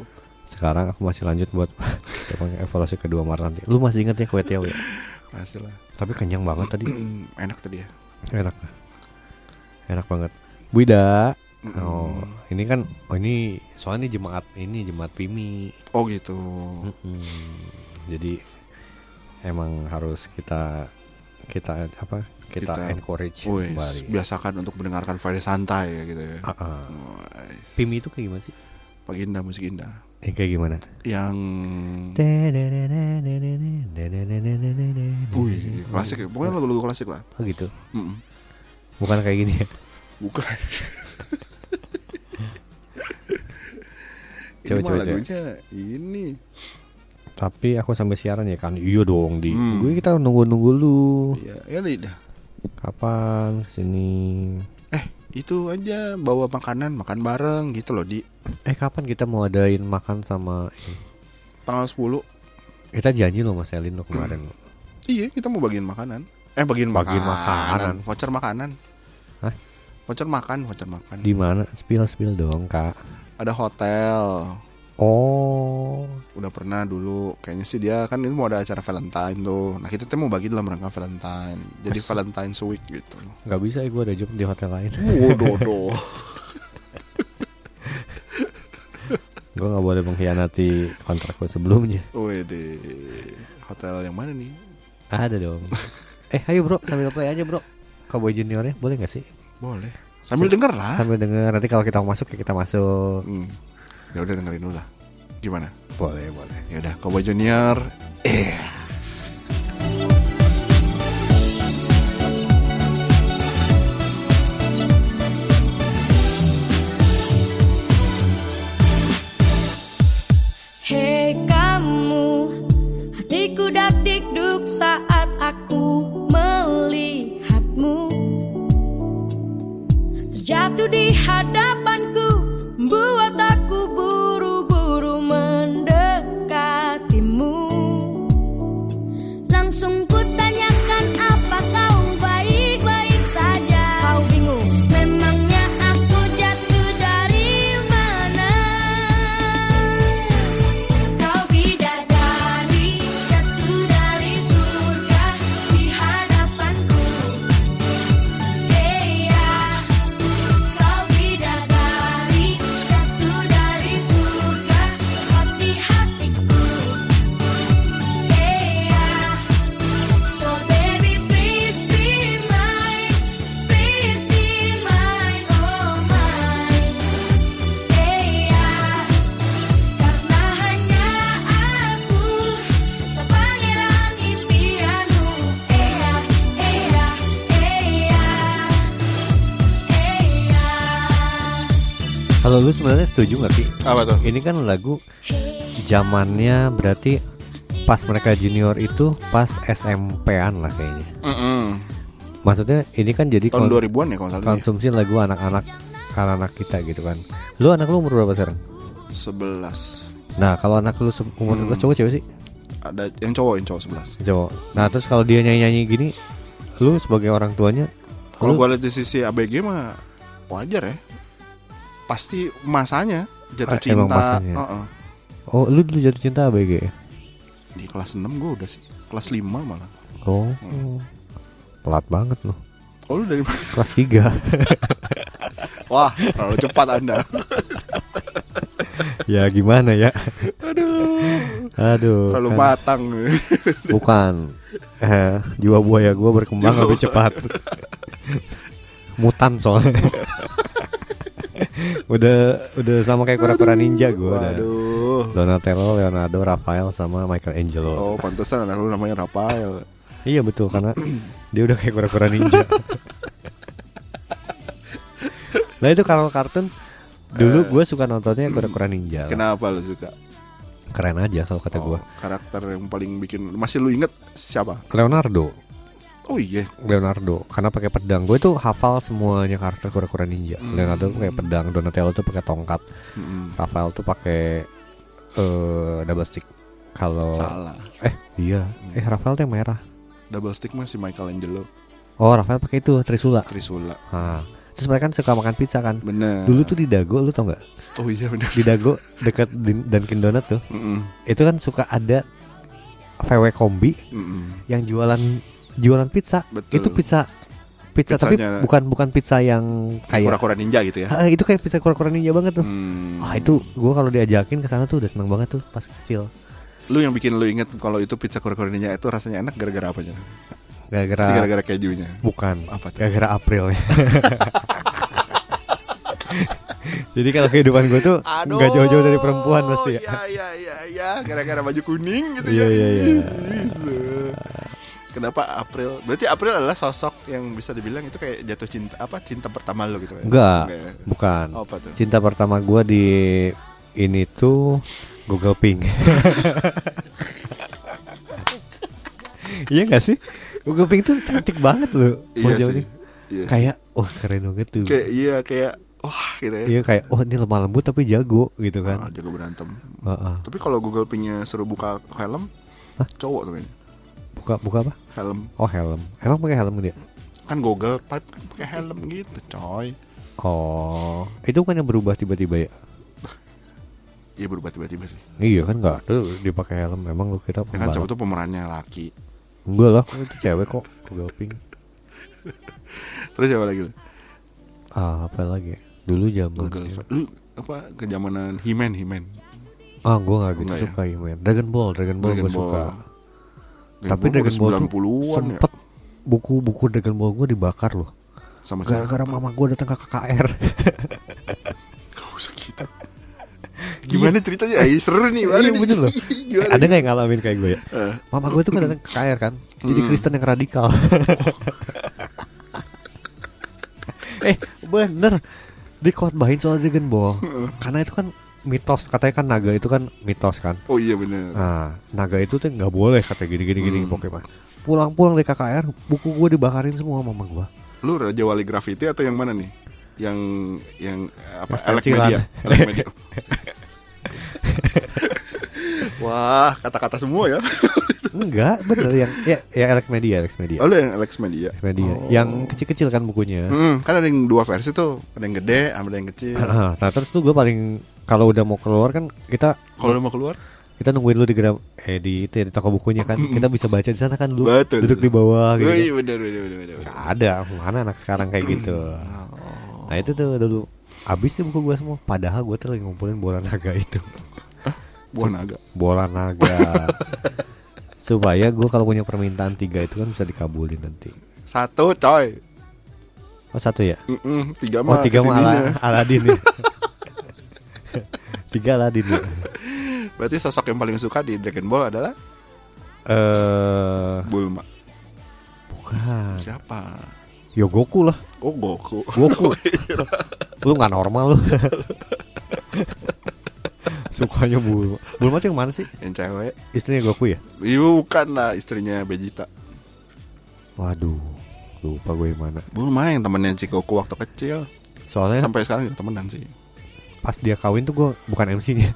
Sekarang aku masih lanjut buat pokoknya evaluasi kedua Maret nanti. Lu masih inget ya kue tiaw ya? Masih lah. Tapi kenyang banget tadi. Mm, Enak tadi ya. Enak. Enak banget. Bu Ida. Oh, ini kan oh ini soalnya ini jemaat ini jemaat Pimi. Oh gitu. Hmm, Mm-mm. Jadi emang harus kita kita apa? Kita, Kita- encourage Wih, kembali. biasakan untuk mendengarkan Friday santai ya gitu ya. Ah, ah. Wah, Pimi itu kayak gimana sih? Pagi indah musik indah. Eh, kayak gimana? Yang Wih, klasik ya. Pokoknya lagu-lagu klasik lah. Oh gitu. Mm-mm. Bukan kayak gini ya. Bukan. Coba, ini mah coba, coba. lagunya ini. Tapi aku sampai siaran ya kan. Iya dong di. Hmm. Gue kita nunggu-nunggu lu. Iya, ya lidah. Kapan kesini? Eh, itu aja bawa makanan, makan bareng gitu loh di Eh kapan kita mau adain makan sama ini? tanggal 10. Kita janji loh Mas Elin lo kemarin lo. Iya, kita mau bagiin makanan. Eh, bagiin, Bagiin makanan. makanan. Voucher makanan. Hah? Voucher makan, voucher makan. Di mana? Spill spill dong, Kak. Ada hotel. Oh. Udah pernah dulu kayaknya sih dia kan itu mau ada acara Valentine tuh. Nah, kita tuh mau bagi dalam rangka Valentine. Jadi Valentine week gitu. nggak bisa ya gue ada job di hotel lain. Waduh, doh. gue nggak boleh mengkhianati kontrak gue sebelumnya. Wede. Hotel yang mana nih? Ada dong. eh ayo bro sambil play aja bro. Cowboy Juniornya boleh nggak sih? Boleh. Sambil denger lah. Sambil denger nanti kalau kita mau masuk ya kita masuk. Hmm. Ya udah dengerin dulu lah. Gimana? Boleh, boleh. Ya udah Cowboy Junior. Eh. Hei kamu, hatiku dak dikduk saat aku melihatmu Terjatuh di hadapanku, membuat aku buru-buru mendekatimu Langsung ku tanyakan apa kau baik-baik saja Kau bingung, Memangnya aku jatuh dari mana kau bidadari Jatuh dari surga di hadapanku ya. Eya, Kau bidadari jatuh dari surga hati hatiku. Yeah, Iya, so baby please be mine, please be mine, oh mine. Yeah, karena hanya aku sepangeran impianmu. Yeah, yeah, iya, yeah. iya. Kalau lu sebenarnya setuju nggak sih? Apa tuh? Ini kan lagu zamannya berarti pas mereka junior itu pas SMP-an lah kayaknya. Mm-mm. Maksudnya ini kan jadi kon- Tahun 2000-an ya kalau nggak salah. ya? konsumsi lagu anak-anak anak-anak kita gitu kan. Lu anak lu umur berapa sekarang? 11. Nah, kalau anak lu se- umur 11 cowok cewek sih? Ada yang cowok, yang Hmm. cowok 11. Cowok. Nah, terus kalau dia nyanyi-nyanyi gini, lu sebagai orang tuanya Lu- Kalau gua lihat di sisi ABG mah wajar ya. Pasti masanya jatuh Ah, emang cinta. masanya. Heeh. Oh, lu dulu jatuh cinta ABG ya? Di kelas 6 gua udah sih. Kelas 5 malah. Oh. Pelat banget lu. Oh lu dari mana? Kelas 3. Wah, terlalu cepat Anda. ya gimana ya? Aduh. Aduh. Terlalu kan. matang. Bukan. Eh, jiwa buaya gua berkembang lebih cepat. Mutan soalnya. udah udah sama kayak kura-kura ninja gua udah. Waduh. Donatello, Leonardo, Raphael sama Michelangelo. Oh, pantesan anak lu namanya Rafael. Iya betul karena dia udah kayak kura-kura ninja. nah itu kalau kartun dulu gue suka nontonnya kura-kura ninja. lah. Kenapa lu suka? Keren aja kalau kata Ya Oh, gua karakter yang paling bikin masih lu inget siapa? Leonardo, Oh iya, Leonardo karena pakai pedang. Gue tuh hafal semuanya karakter kura-kura ninja. Leonardo tuh pakai pedang, Donatello tuh pakai tongkat, Mm-mm. Raphael tuh pakai eh double stick. Kalau salah. eh iya, eh Raphael tuh yang merah. Double stick masih Michelangelo, Oh, Raphael pakai itu Trisula. Trisula. Nah, terus mereka kan suka makan pizza kan. Bener. Dulu tuh di Dago lu tau nggak? Oh iya bener. Di Dago dekat Din- Dunkin Donat tuh. Mm-mm. Itu kan suka ada VW kombi Mm-mm. yang jualan jualan pizza. Betul. Itu pizza pizza tapi Pizzanya- bukan bukan pizza yang kayak Kura-kura ninja gitu ya. Ah, itu kayak pizza kura-kura ninja banget tuh. Hmm. Wah, itu gua kalau diajakin ke sana tuh udah seneng banget tuh pas kecil. Lu yang bikin lu inget kalau itu pizza kura-kura ninja itu rasanya enak gara-gara apanya? Pasti Gara-gara gara-gara kejunya. bukan Apa tuh? gara-gara April Jadi kalau kehidupan gue tuh nggak jauh-jauh dari perempuan pasti ya. Iya iya iya iya, gara-gara baju kuning gitu Iya, ya. iya, iya. Isu. Kenapa April? Berarti April adalah sosok yang bisa dibilang itu kayak jatuh cinta apa cinta pertama lo gitu ya? Enggak, ya? bukan. Oh, apa tuh? Cinta pertama gua di ini tuh Google Pink. iya gak sih? Google Pink tuh cantik banget loh. Iya Wajahnya. sih. Iya sih. Kayak wah keren banget tuh. kayak iya kayak wah gitu ya. Iya kayak oh ini lemah lembut tapi jago gitu Ah, kan. jago berantem. Heeh. Tapi kalau Google Pink-nya suruh buka helm, Hah? cowok tuh kayaknya. Buka buka apa? Helm Oh helm. Emang pakai helm dia? kan Google pipe kan pakai helm gitu, coy. Oh, itu kan yang berubah tiba-tiba ya? Iya berubah tiba-tiba sih. Iya kan nggak ada dipakai helm. Emang lu kira Ya kan pembalap? cowok tuh pemerannya laki. Enggak lah, itu cewek kok. Google Pink. Terus siapa lagi? lu? Ah, apa lagi? ya? Dulu zaman Google. Lu apa ke zamanan He-Man, He-Man. Ah, gue gak gitu Enggak ya? suka ya. Dragon Ball, Dragon Ball Dragon gue suka. Ball. Tapi Dragon Ball tuh udah 90-an ya. sempet buku-buku degan gue dibakar loh. sama siapa? Gara-gara mama gue datang ke KKR. Gak usah kita. Gimana ceritanya? Ay, seru nih. baru Iya, nih. bener loh. Gimana? Ada nggak yang ngalamin kayak gue ya? Eh. Hmm. Mama gue tuh kan datang ke KKR kan. Jadi Kristen yang radikal. eh bener dikotbahin soal Dragon Ball. Karena itu kan mitos katanya kan naga itu kan mitos kan. Oh iya bener. Nah, naga itu tuh nggak boleh kata gini gini gini Hmm. Pokemon. Pulang-pulang dari KKR, buku gue dibakarin semua mama gue. Lu Raja Wali Graffiti atau yang mana nih? Yang yang eh, apa? Yang Elek pensilan. Media. Elek Media. Wah, kata-kata semua ya. Enggak, bener yang ya, ya Alex Media, Alex Media. Oh, lu yang Alex Media. Alex Media. Yang kecil-kecil kan bukunya. Hmm, kan ada yang dua versi tuh, ada yang gede, ada yang kecil. Heeh. nah terus tuh gue paling kalau udah mau keluar kan kita Kalau lu mau keluar, kita nungguin lu di geram eh di itu ya, di toko bukunya kan kita bisa baca di sana kan lu Hmm. Betul. duduk di bawah oh, iya gitu. bener bener bener bener. bener. Nggak ada mana anak sekarang kayak gitu. Hmm. Nah itu tuh dulu abis tuh buku gue semua. Padahal gue tuh lagi ngumpulin bola naga itu. Buah naga. bola naga supaya gue kalau punya permintaan tiga itu kan bisa dikabulin nanti Satu coy. oh satu ya Mm-mm, tiga oh mah tiga mah kesininya. Ala- Aladin ya tiga Aladin ya Berarti sosok yang paling suka di Dragon Ball adalah eh Bulma. bukan Siapa? yo ya Goku lah Oh Goku. Goku lu nggak normal lu sukanya Bulma Bulma tuh yang mana sih yang cewek. istrinya Goku ya Ih, bukan lah istrinya Vegeta. waduh lupa gue yang mana Bulma yang temennya si Goku waktu kecil. soalnya Sampai sekarang juga temenan sih. pas dia kawin tuh gue bukan MC-nya.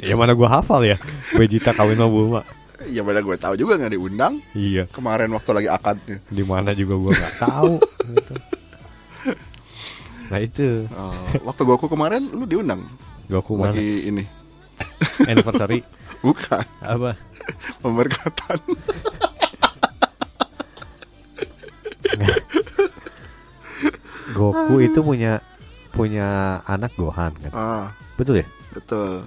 ya mana gue hafal ya Vegeta kawin sama Bulma. Ya padahal gue tahu juga nggak diundang. Iya, Kemarin waktu lagi akadnya. di mana juga gue nggak tahu. gitu. Nah itu Eh, waktu Goku kemarin lu diundang Goku mana lagi ini. anniversary Bukan apa? pemberkatan. Goku itu punya punya anak Gohan kan, ah, betul ya? betul.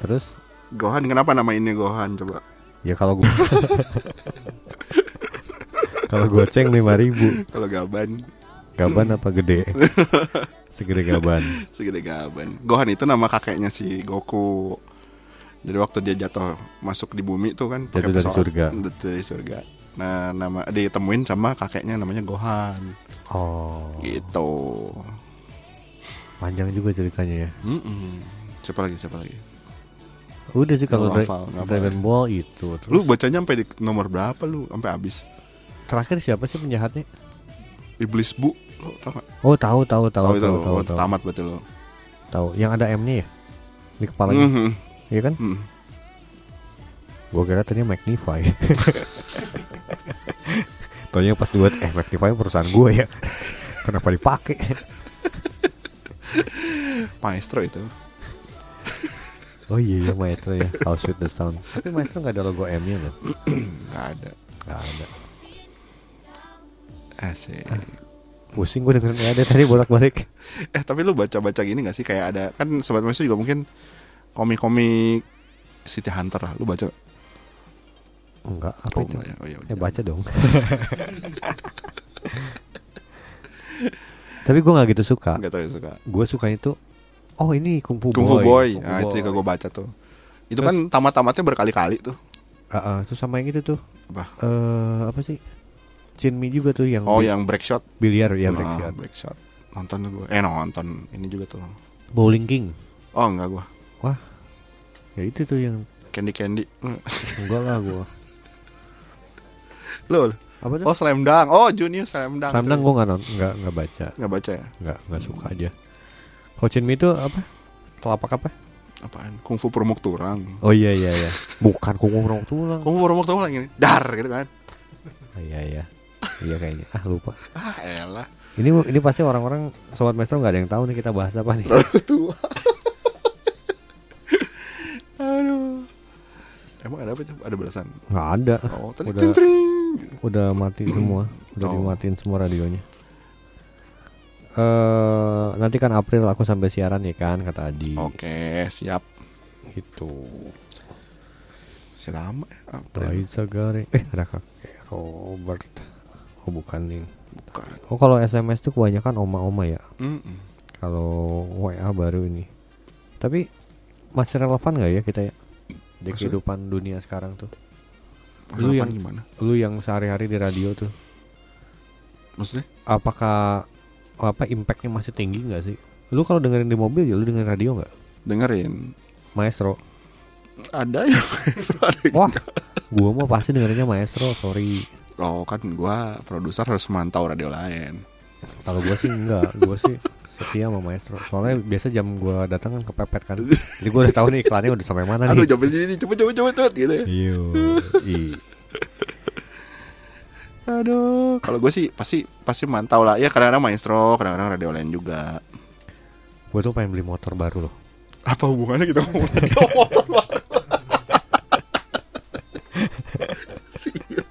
Terus Gohan kenapa nama ini Gohan coba? ya kalau gue kalau goceng lima ribu, Kalau Gaban gaban apa gede? Segede gaban. segede Gaban. Gohan itu nama kakeknya si Goku. Jadi waktu dia jatuh masuk di bumi tuh kan pakai Jatuh dari pesawat. surga. Jatuh dari surga. Nah, nama ditemuin sama kakeknya namanya Gohan. Oh. Gitu. Panjang juga ceritanya ya. Mm-mm. Siapa lagi? Siapa lagi? Udah sih kalau Lu Dra- hafal, nggak Dragon Ball itu. Terus Lu bacanya sampai di nomor berapa lu? Sampai habis. terakhir siapa sih penjahatnya? Iblis Bu. Lu tau gak? Oh tahu tahu tahu itu. tahu tahu Oh, tahu. Tamat betul lu. Tahu. Yang ada M-nya ya di kepalanya, Mhm. iya kan? Mhm. Gua kira tadi Magnify. Taunya pas buat eh Magnify perusahaan gua ya. Kenapa dipakai? Maestro itu. Oh iya, iya Maestro ya, How Sweet the Sound. Tapi Maestro nggak ada logo M-nya loh. Gak ada. Nggak ada. Asik. Pusing gua dengerin nggak ada tadi bolak-balik. Eh tapi lu baca-baca gini gak sih kayak ada kan sobat maestro juga mungkin komik-komik City Hunter lah lu baca Enggak, apa Oh, itu? enggak ya. Oh, ya udah. Ya baca dong. Tapi gue nggak gitu suka. Enggak tahu ya suka. Gue sukanya itu oh ini Kung Fu Kung Boy. Fu Boy. Kung Fu Nah, itu juga gue baca tuh. Itu Terus- kan tamat-tamatnya berkali-kali tuh. Ah, ah, terus sama yang itu tuh Apa? eh apa sih? Chin Mi juga tuh yang Oh, bi- yang break shot. biliar ya Nah, Brexian. break shot. Nonton tuh gue. Eh, nonton. Ini juga tuh. Bowling King. Oh, enggak gua. Wah. Ya itu tuh yang Candy Candy. enggak lah gue. Lu. lu. Apa tuh? Oh, Slam Dunk. Oh, Junior Slam Dunk. Slam Dunk gue nggak non- nggak nggak baca Enggak baca ya? nggak nggak suka aja. Kalau Chin Mi itu apa? Telapak apa? Apaan? Kung Fu Permuk Turang. Oh iya iya iya. Bukan Kung Fu Rong Tulang. Kung Fu Permuk Turang ini. Dar gitu kan. Ah, Iya iya. Iya kayaknya. Ah lupa. Ah, elah. Ini ini pasti orang-orang sobat maestro nggak ada yang tahu nih kita bahas apa nih. tua. Aduh. Emang ada apa itu? Ada belasan. Nggak ada. Oh, tadi Udah tring. udah mati semua. Udah Oh. dimatiin semua radionya. Eh nanti kan April aku sampai Iya. siaran ya kan kata Adi. Oke, siap. Gitu. Masih lama ya April. Baik Sagari. Eh, ada kakek Robert. Oh, bukan nih. Bukan. Oh, kalau SMS tuh kebanyakan oma-oma ya. Mm-mm. Kalau WA baru ini. Tapi masih relevan nggak ya kita ya? Di Maksudnya? kehidupan dunia sekarang tuh. Lu Relevan yang- gimana? Lu yang sehari-hari di radio tuh, Maksudnya? apakah apa impactnya masih tinggi nggak sih? Lu kalau dengerin di mobil ya lu dengerin radio nggak? Dengerin. Maestro. Ada ya Maestro, ada yang- Wah, gua mah pasti dengerinnya Maestro, sorry. Oh kan gua produser harus mantau radio lain. Kalau gua sih enggak, gua sih setia sama Maestro. Soalnya biasa jam gua datang kan kepepet kan. Jadi gua udah tahu nih iklannya udah sampai mana Aduh nih. coba sini cepet cepet cepet cepet gitu ya. Iya. i- Aduh. Kalau gue sih pasti pasti mantau lah. Ya kadang-kadang maestro, kadang-kadang radio lain juga. Gua tuh pengen beli motor baru loh. Apa hubungannya kita ngomong radio motor Bang? Sial.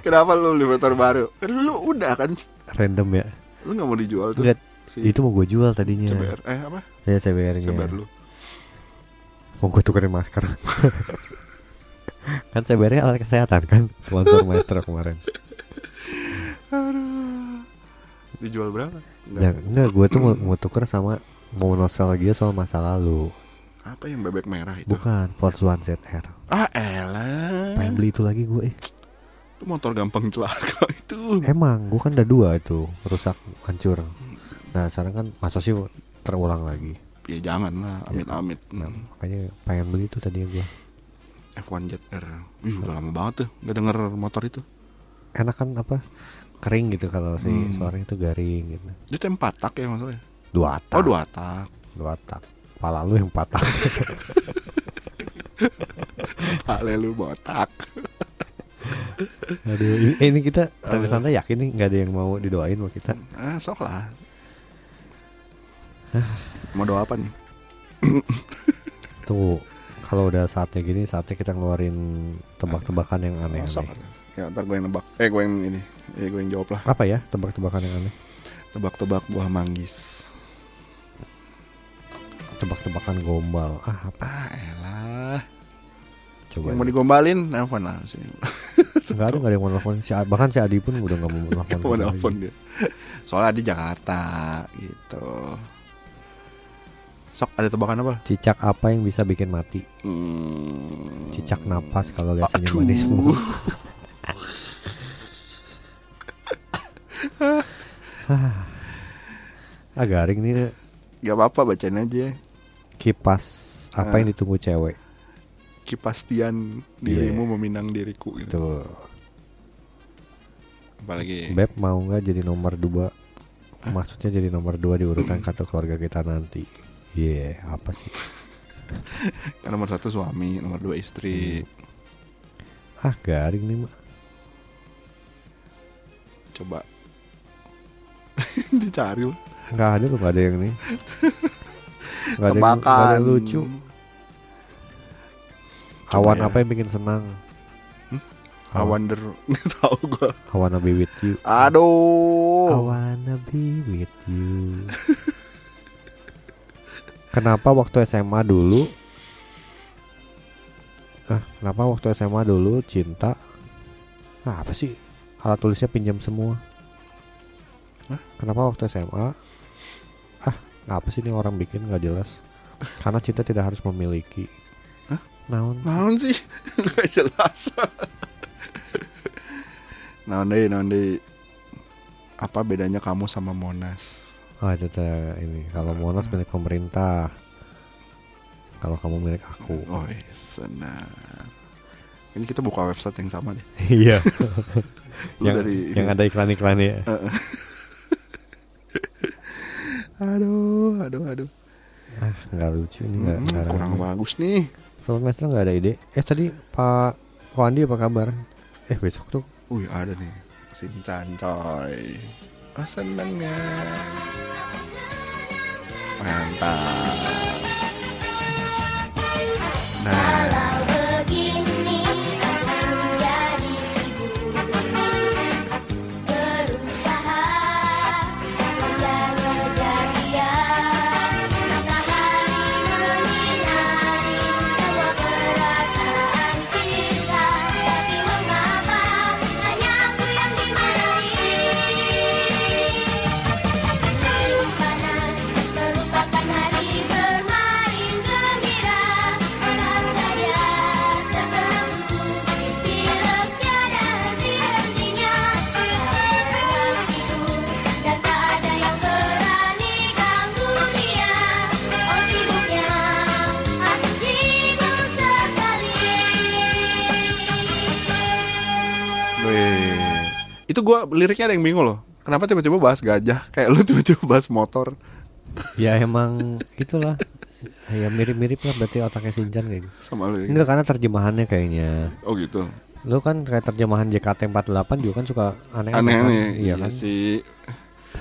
Kenapa lu beli motor baru? Kan lu udah kan Random ya. Lu gak mau dijual tuh Enggak, si itu mau gua jual tadinya. CBR Eh apa? Ya CBR-nya. CBR lu Mau gua tukerin masker. kan CBR-nya alat kesehatan kan, sponsor Maestro kemarin. Dijual berapa? Enggak Nah, enggak, gua tuh mau, mau tuker sama mau nostalgia soal masa lalu. Apa yang bebek merah itu? Bukan Force One ZR. Ah elah Pengen beli itu lagi eh. gue. Itu motor gampang celaka itu Emang gue kan ada dua itu rusak hancur. Nah sekarang kan masa sih terulang lagi. Ya jangan lah Amit-amit Nah, makanya pengen beli itu tadi gue. F1 Jet R Wih udah lama banget tuh Gak denger motor itu Enak kan apa kering gitu kalau si Hmm. suaranya itu garing gitu. Itu yang empat tak ya maksudnya Dua tak. Oh dua tak Dua tak. Pala lu yang patah. Pale lu botak Aduh, ini, eh, ini kita santai santai yakin nih nggak ada yang mau didoain sama kita. Ah sok lah Mau doa apa nih? Tuh kalau udah saatnya gini saatnya kita ngeluarin tebak-tebakan yang Oh, sok aneh-aneh. Ya ntar gue yang nebak Eh gue yang ini Eh gue yang jawab lah Apa ya tebak-tebakan yang aneh? Tebak-tebak buah manggis Tebak-tebakan gombal. Ah apa? Ah elah Coba. Yang mau digombalin Nelfon lah sini. Enggak ada enggak ada yang mau nelfon. Si, A- bahkan si Adi pun udah enggak mau nelfon. Mau lagi. nelfon dia Soalnya di Jakarta Gitu Sok ada tebakan apa? Cicak apa yang bisa bikin mati? Hmm. Cicak napas kalau lihat Aduh. senyum manismu. ah, garing nih Gak apa-apa bacain aja kipas apa yang ditunggu cewek Kipastian dirimu meminang diriku gitu. tuh Apalagi beb mau nggak jadi nomor dua maksudnya jadi nomor dua di urutan kartu keluarga kita nanti iya apa sih kan nomor satu suami, nomor dua istri. ah garing nih mak Coba dicari lah. nggak ada lu nggak ada yang nih nggak ada, yang- nggak ada Tebakan yang lucu Coba Awan ya. apa yang bikin senang? I wonder nggak tahu gua. I wanna be with you. I Aduh. wanna be with you. kenapa waktu SMA dulu? Ah, kenapa waktu SMA dulu cinta? Ah, apa sih? Alat tulisnya pinjam semua. Kenapa waktu SMA? Ah, apa sih ini orang bikin nggak jelas? Karena cinta tidak harus memiliki. Naon? Naon sih? Gak jelas. naon deh, naon deh. Apa bedanya kamu sama Monas? Ah itu teh ini kalau Monas milik pemerintah. Kalau kamu milik aku. Oh, senang. Ini kita buka website yang sama deh. Iya. Lu yang dari- Eh. yang ada iklan-iklannya. Aduh, aduh, aduh. ah, nggak lucu ini nggak. Hmm, nggak kurang rame. bagus nih. Sobat Maestro nggak ada ide. Eh tadi Pak Wandi apa kabar? Eh besok tuh Wih, ada nih. Sincan coy. Ah, seneng ya. Mantap. Nah, Begini aku jadi sibuk berusaha mengejar dia matahari menyinari semua. gua liriknya ada yang bingung loh. Kenapa tiba-tiba bahas gajah? Kayak lu tiba-tiba bahas motor. ya emang itulah ya mirip-mirip lah berarti otaknya Sinjan kayak gitu. sama lu. ya? Enggak karena terjemahannya kayaknya. Oh gitu. Lu kan kayak terjemahan JKT48 juga kan suka aneh Aneh nih. Iya kan. sih.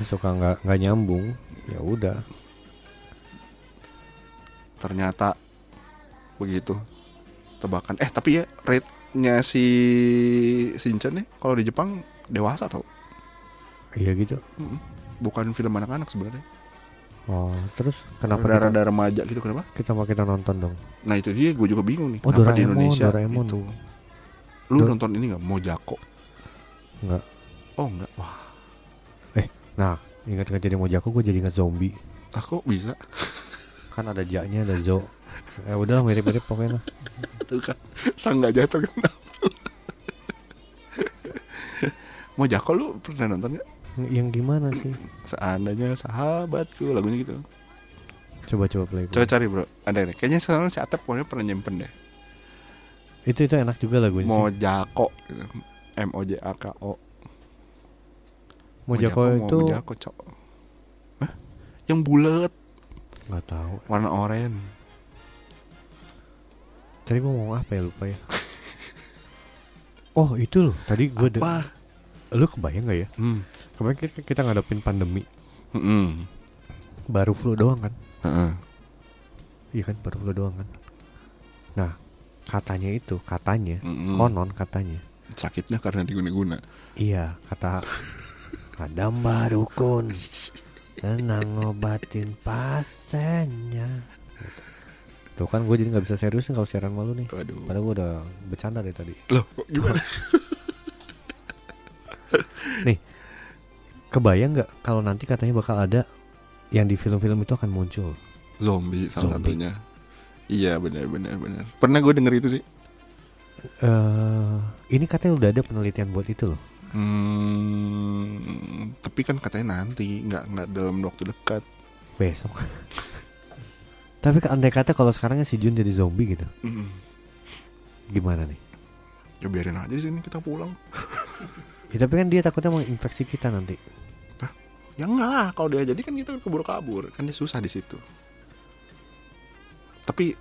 Suka nggak nggak nyambung. Ya udah. Ternyata begitu. Tebakan. Eh tapi ya rate-nya si Shinchan nih kalau di Jepang dewasa tau. Iya gitu. Bukan film anak-anak sebenarnya. Oh, terus kenapa kita, Rada-rada remaja gitu kenapa? kita mau kita nonton dong? Nah itu dia gue juga bingung nih. Oh, kenapa di Doraemon, Indonesia Doraemon. itu. Lu Dor- nonton ini nggak Mojako? Enggak. Oh enggak. Wah, Nah, ingat kejadian Mojako gue jadi ingat zombie. aku bisa. Kan ada jaknya ada zo. Eh udah mirip-mirip pokoknya lah. Tuh kan. Sang nggak jatuh kan. Mojako lu pernah nonton nggak? Yang gimana sih? Seandainya sahabatku lagunya gitu. Coba-coba play. Coba play. cari bro. Ada nih. Kayaknya soalnya si Atep pokoknya pernah nyimpen deh. Itu itu enak juga lagunya. sih. Mojako. Gitu. M O J A K O. Mojako itu Mojako cok. Hah? Yang bulat nggak tahu. warna oranye. Tadi gue mau apa ya lupa ya. Oh itu loh. Tadi gue Apa? Lu kebayang gak ya? Hmm. Kemarin kita, kita ngadepin pandemi. Mm-mm. Baru flu doang kan? Heeh. Iya kan baru flu doang kan? Nah katanya itu katanya Mm-mm. konon katanya Sakitnya karena diguna-guna. Iya, kata ada mbak dukun senang ngobatin pasiennya. Gitu. Tuh kan gue jadi nggak bisa serius nih kalau siaran malu nih. Aduh. Padahal gue udah bercanda dari tadi. Loh, kok gimana? Nih, kebayang nggak kalau nanti katanya bakal ada yang di film-film itu akan muncul. Zombie salah Zombie. satunya. Iya benar benar benar. Pernah gue denger itu sih. eh ini katanya udah ada penelitian buat itu loh. Hmm, tapi kan katanya nanti, nggak nggak dalam waktu dekat. Besok. Tapi kan andai kata kalau sekarang si Jun jadi zombie gitu, Mm. gimana nih? Ya biarin aja di sini kita pulang. Ya, tapi kan dia takutnya menginfeksi kita nanti. Ya enggak lah, kalau dia jadi kan kita keburu kabur, kan dia susah di situ. Tapi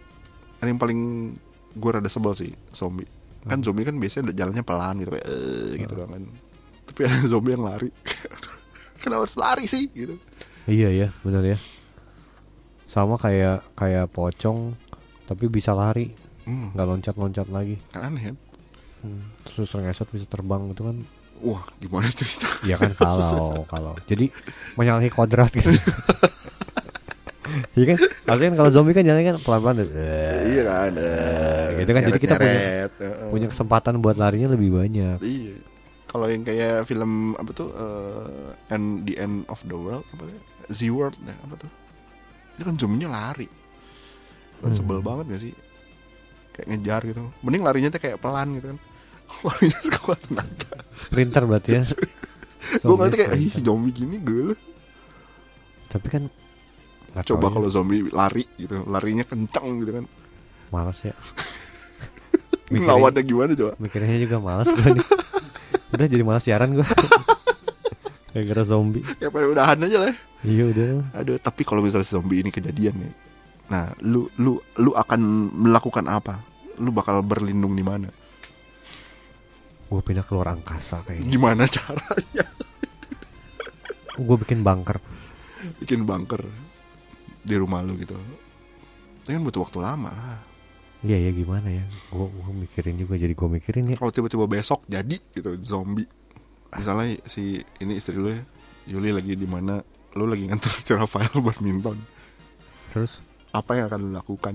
yang paling gue rada sebel sih zombie. Kan zombie kan biasanya jalannya pelan gitu kayak eh, gitu doang kan. Tapi ada zombie yang lari. Kenapa harus lari sih gitu? Iya ya, benar ya. Sama kayak kayak pocong tapi bisa lari, Hmm, nggak loncat-loncat lagi. kan aneh kan? Hmm. Terus ngesot bisa terbang gitu kan. Wah, gimana cerita? Ya kan kalau kalau. Jadi menyalahi kodrat gitu. Iya kan? Artinya kan kalau zombie kan jalannya kan pelan-pelan tuh. Eh, iya kan. eh, Gitu kan, jadi kita punya- nyeret-nyeret, eh, Punya kesempatan buat larinya lebih banyak. Iya. Kalau yang kayak film apa tuh eh, and the end of the world apa tuh? Z world ya, apa tuh? Itu kan zombie-nya lari. Kan sebel Hmm. banget gak sih? Kayak ngejar gitu. Mending larinya tuh kayak pelan gitu kan. Larinya sekuat tenaga. Sprinter berarti ya. Gue Zombie ngerti kayak ih sprinter. zombie gini gue Tapi kan nggak tahu Coba ya, kalau zombie lari gitu, larinya kenceng gitu kan. malas ya. Mikirin- Lawannya gimana coba? Mikirnya juga malas gue nih. Udah jadi malas siaran gue. Kayak gara zombie. Kayak pada udahan aja lah. Iya udah. Aduh, tapi kalau misalnya si zombie ini kejadian nih. Nah, lu lu lu akan melakukan apa? Lu bakal berlindung di mana? Gue pindah ke luar angkasa kayaknya. Gimana caranya? Gue bikin bunker. Bikin bunker di rumah lu gitu. Itu kan butuh waktu lama lah. Iya ya gimana ya. Gue mikirin juga jadi gue mikirin ya. Kalau tiba-tiba besok jadi gitu zombie. Misalnya si ini istri lu ya, Yuli lagi di mana? Lu lagi nganter si Rafael badminton. Terus Apa yang akan lu lakukan?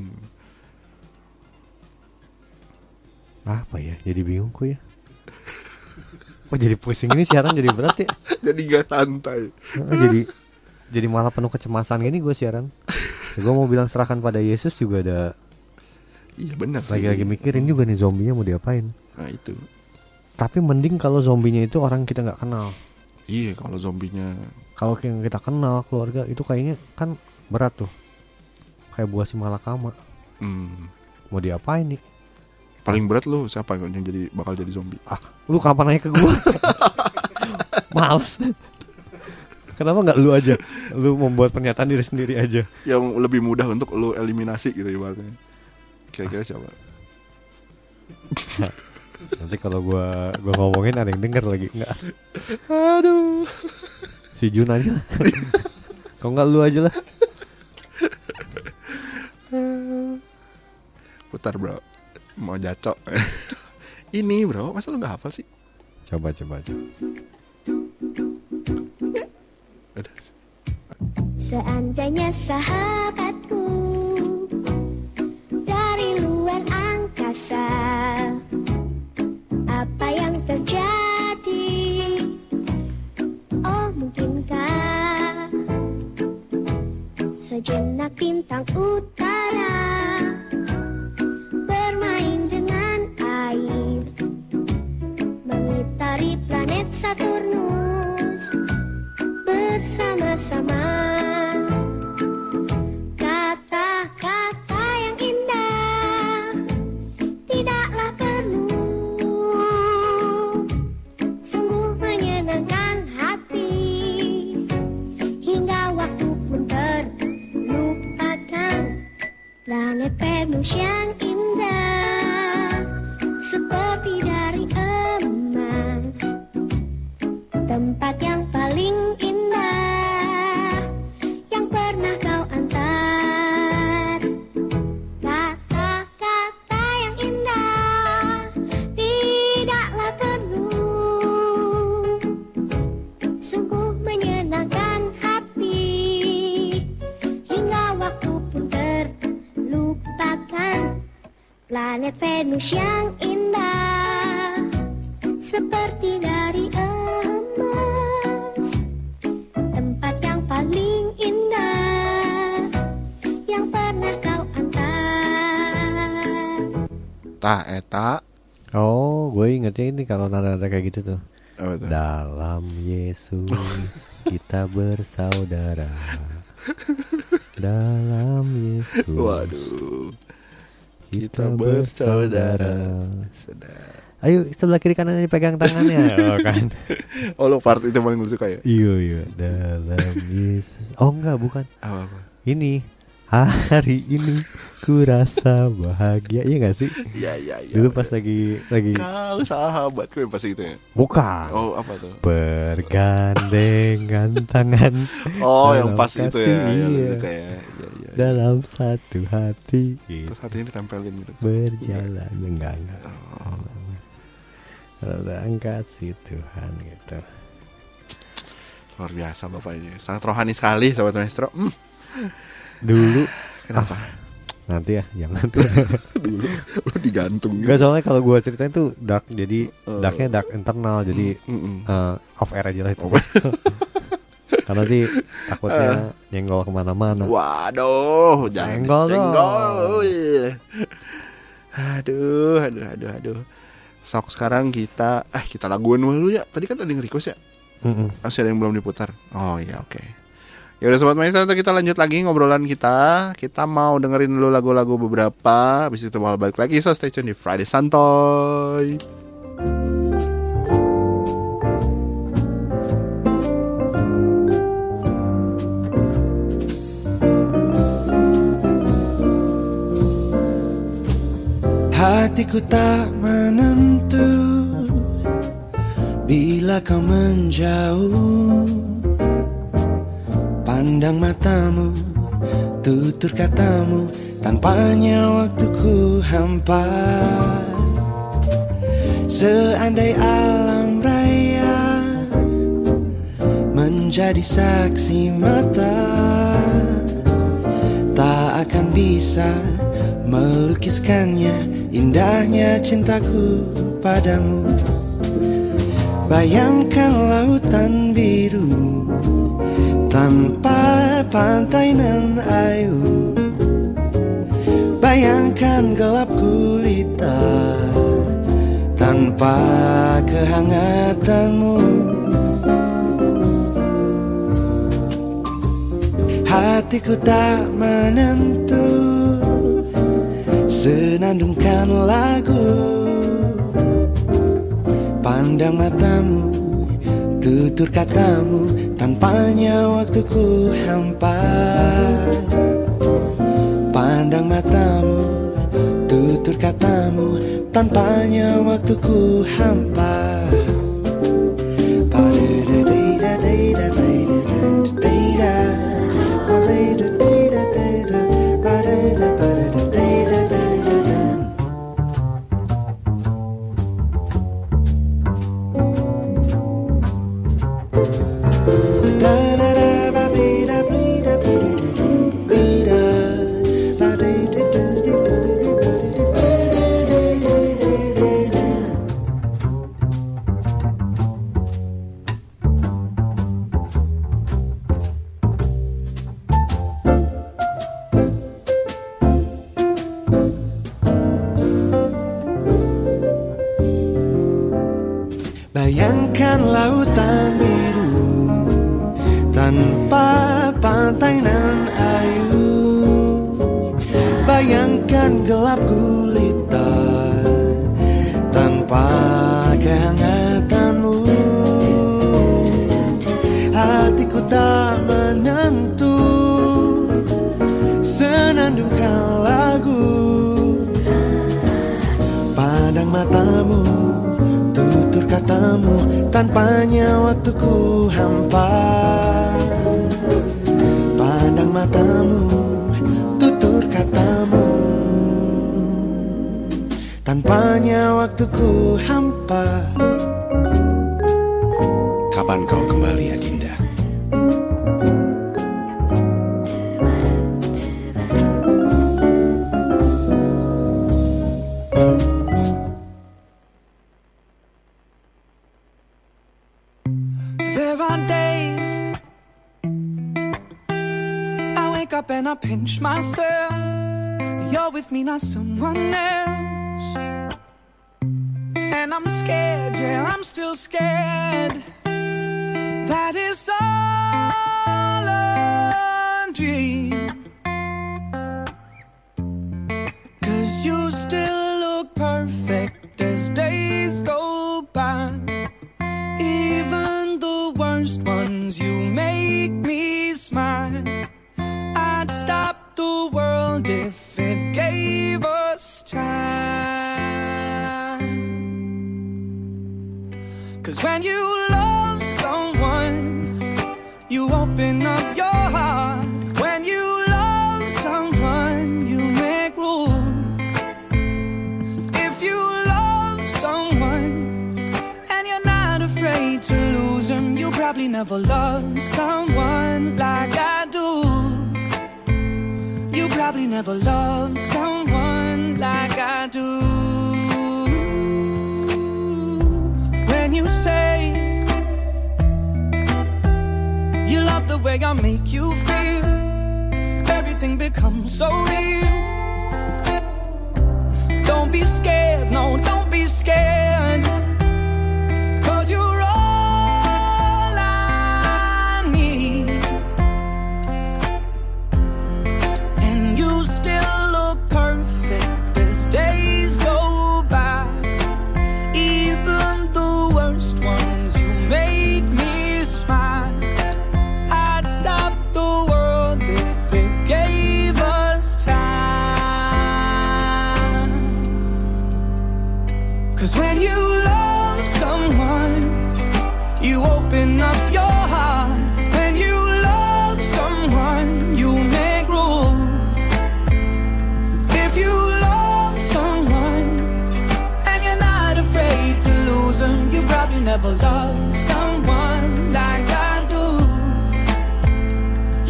apa ya? Jadi bingung gue ya. Kok jadi pusing ini siaran jadi berat ya. jadi gak santai. Heeh, jadi jadi malah penuh kecemasan gini gue siaran. gue mau bilang serahkan pada Yesus juga ada Iya benar sih. lagi-lagi mikirin juga nih zombinya mau diapain. Nah itu. Tapi mending kalau zombinya itu orang kita nggak kenal. Iya kalau zombinya kalau yang kita kenal keluarga itu kayaknya kan berat tuh kayak buah si malakama hmm, mau diapain nih paling berat lu siapa yang jadi bakal jadi zombie ah lu kapan nanya ke gua Males. Kenapa nggak lu aja? Lu membuat pernyataan diri sendiri aja. yang lebih mudah untuk lu eliminasi gitu ibaratnya kira-kira siapa Nanti kalau gua gua ngomongin ada yang denger lagi nggak? aduh Si Jun aja lah. Kok nggak lu aja lah? putar bro mau jacok ini bro masa lu nggak hafal sih Coba coba coba. Udah. Seandainya sahabatku dari luar angkasa, apa yang terjadi? Oh, mungkinkah sejenak bintang utara bermain dengan air, mengitari planet Saturnus? bersama-sama Kata-kata yang indah Tidaklah perlu Sungguh menyenangkan hati Hingga waktu pun terlupakan Planet Venus yang indah Seperti dari emas tempat yang paling indah yang pernah kau antar kata-kata yang indah tidaklah perlu sungguh menyenangkan hati hingga waktu pun terlupakan planet Venus yang indah seperti dari emas tempat yang paling indah yang pernah kau antar tah eta Oh, gue ingetnya ini kalau nada-nada kayak gitu tuh. apa tuh? Dalam Yesus kita bersaudara. Dalam Yesus waduh kita kita bersaudara bersaudara. sedap Ayo sebelah kiri kanannya pegang tangannya. oh, kan. oh lu part itu paling lu suka ya Iya iya. Dalam Yesus. Oh enggak bukan. apa apa Ini hari ini ku rasa bahagia. Iya enggak sih? ya ya ya Dulu pas lagi lagi kau sahabatku yang pasti gitu ya bukan. oh apa tuh Bergandengan tangan oh Dalam yang pas itu kasih, ya yang lu iya. suka ya Iya, iya, iya. dalam satu hati. terus hatinya ditempelin gitu berjalan enggak enggak Dalam kasih Tuhan gitu luar biasa bapak ini sangat rohani sekali sobat maestro Hmm, dulu kenapa nanti ya jangan dulu lu digantung enggak soalnya kalau gua ceritain tuh dark jadi darknya dark internal jadi Mm-mm. eh, off air aja lah itu karena nanti takutnya nyenggol kemana-mana Waduh, jangan Senggol dong. disenggol. Wih. Aduh, aduh, aduh, aduh. Sok sekarang kita eh kita laguin dulu ya. Tadi kan ada yang request ya? Mm-mm. Masih ada yang belum diputar. Oh iya, oke. Ya udah sobat maestro, nanti kita lanjut lagi ngobrolan kita. Kita mau dengerin dulu lagu-lagu beberapa, habis itu bakal balik lagi. So stay tune di Friday Santoy. Hatiku tak menentu Bila kau menjauh Pandang matamu Tutur katamu Tanpanya waktuku hampa Seandai alam raya Menjadi saksi mata tak akan bisa melukiskannya indahnya cintaku padamu bayangkan lautan biru tanpa pantai nan ayu bayangkan gelap gulita tanpa kehangatanmu Hatiku tak menentu Senandungkan lagu Pandang matamu Tutur katamu Tanpanya waktuku hampa Pandang matamu Tutur katamu Tanpanya waktuku hampa Bayangkan lautan biru tanpa pantai nan ayu Bayangkan gelap gulita tanpa kehangatanmu Hatiku tak menentu senandungkan lagu Pandang matamu, tutur katamu Tanpanya waktuku hampa Pandang matamu, tutur katamu Tanpanya waktuku hampa Kapan kau kembali Adinda? There are days I wake up and I pinch myself. You're with me, not someone else. And I'm scared, yeah, I'm still scared. That is all a dream. Cause you still look perfect as days go by. Even the worst ones, you make me smile. I'd stop the world if it gave us time. Cause when you love someone, you open up your heart. When you love someone, you make room. If you love someone, and you're not afraid to lose them. You probably never loved someone like I do. You probably never loved someone like I do. When you say you love the way I make you feel, everything becomes so real. Don't be scared, no, don't be scared. Cause you're all I need. And you still look perfect as days go by. Even the worst ones, you make me smile. I'd stop the world if it gave us time. Cause when you love someone, you open up your heart. When you love someone, you make room. If you love someone, and you're not afraid to lose them, you probably never loved someone like I do.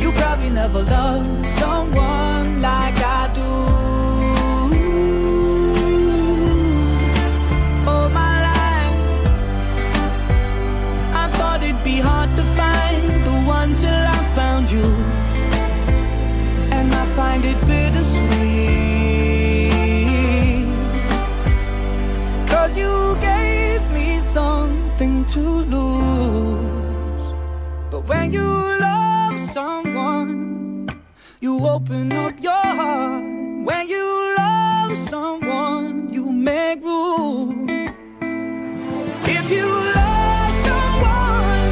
You probably never loved someone like I do. All my life, I thought it'd be hard to find the one till I found you, and I find it bittersweet. Cause you gave me something to lose, but when you love someone, you open up your heart. When you love someone, you make room. If you love someone,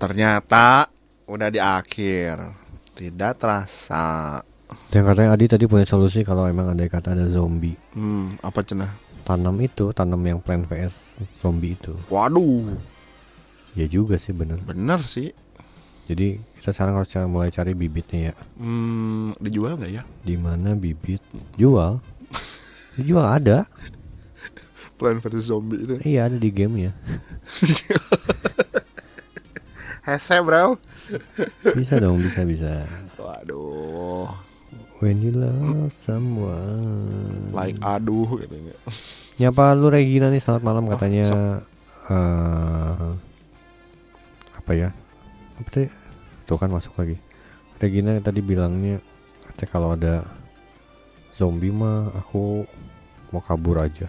Ternyata udah di akhir. Tidak terasa. Yang katanya Adi tadi punya solusi kalau emang andai kata ada zombie. Hmm, apa cenah? Tanam itu, tanam yang plan vs zombie itu. Waduh, Ya juga sih bener. bener sih. Jadi kita sekarang harus ca- mulai cari bibitnya ya. Hmm, dijual nggak ya? Di mana bibit jual? Jual ada. Plan versus zombie itu. Iya ada di gamenya. Hese bro. Bisa dong, bisa bisa. Waduh, When you love someone. like aduh gitu. ya. Nyapa lu Regina nih selamat malam katanya. eh, apa ya? Apa tadi? Tuh kan masuk lagi. Regina tadi bilangnya katanya kalau ada zombie mah aku mau kabur aja.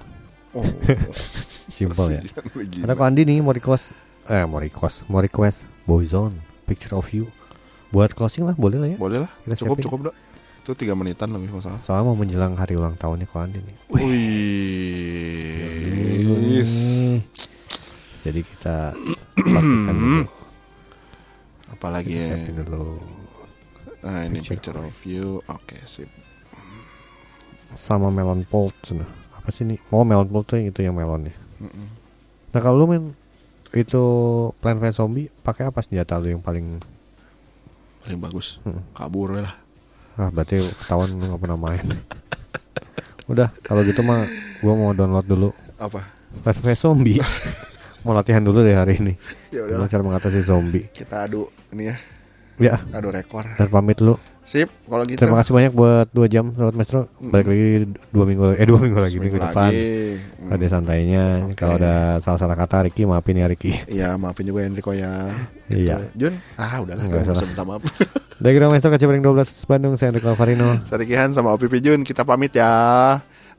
Oh, Simpel ya. kasihan lagi. Ada Ko Andi nih mau request eh mau request, mau request Boyzone Picture of You. Buat closing lah boleh lah ya. Boleh lah, Kita cukup siapin. cukup dok. Itu tiga menitan lebih masalah. Soalnya mau menjelang hari ulang tahunnya Ko Andi nih. Wih, Jadi kita pastikan dulu, apalagi ya. siapin dulu. Nah ini Picture. picture of you. Oke sip. sama melon pulp sana. apa sih nih oh melon pulp tuh yang itu yang melonnya nah kalau lu main itu plan vs zombie pakai apa senjata lu yang paling Paling bagus. Hmm. Kabur we lah. ah berarti ketahuan lu nggak pernah main udah kalau gitu mah gua mau download dulu Apa? plan vs zombie mau latihan dulu deh hari ini Ya Gimana udahlah. cara mengatasi zombie Kita adu ini ya. ya Adu rekor. dan pamit lu Sip. Kalau gitu. terima kasih banyak buat dua jam sobat maestro balik lagi dua minggu eh dua minggu lagi Seminggu minggu depan Hmm. lagi. Hmm. ada santainya Oke. kalau ada salah-salah kata Riki maafin ya Riki Iya maafin juga Enrico ya. Gitu. Iya. Jun, ah udahlah Nggak gue mau salah. minta maaf. Dari Grand Master Kecimpring 12 Bandung Saya Enrico Alvarino Sarikihan sama OPP Jun, kita pamit ya.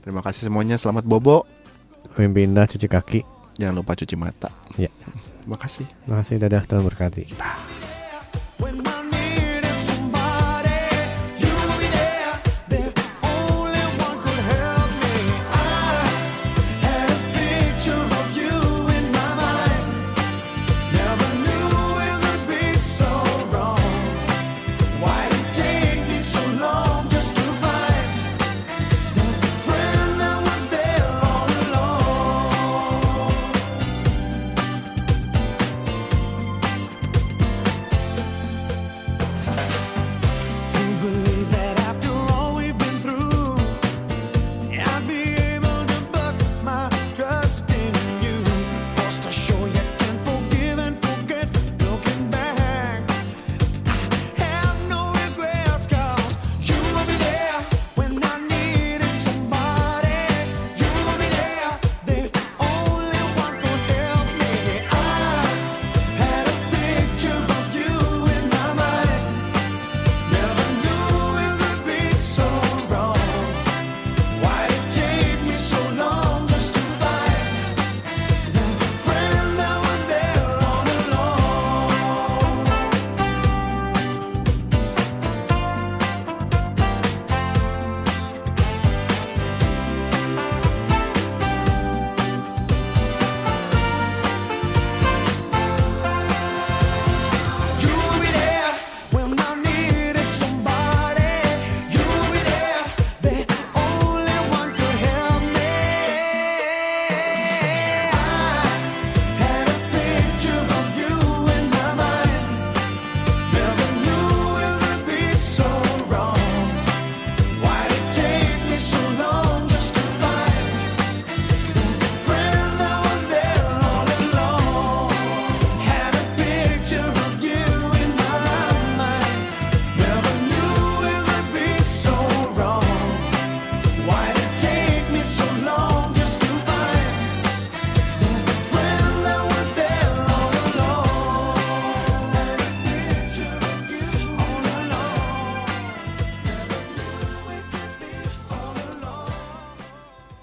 Terima kasih semuanya, selamat bobo. Mimpi indah cuci kaki Jangan lupa cuci mata. Ya Terima kasih. Makasih dadah Tuhan berkati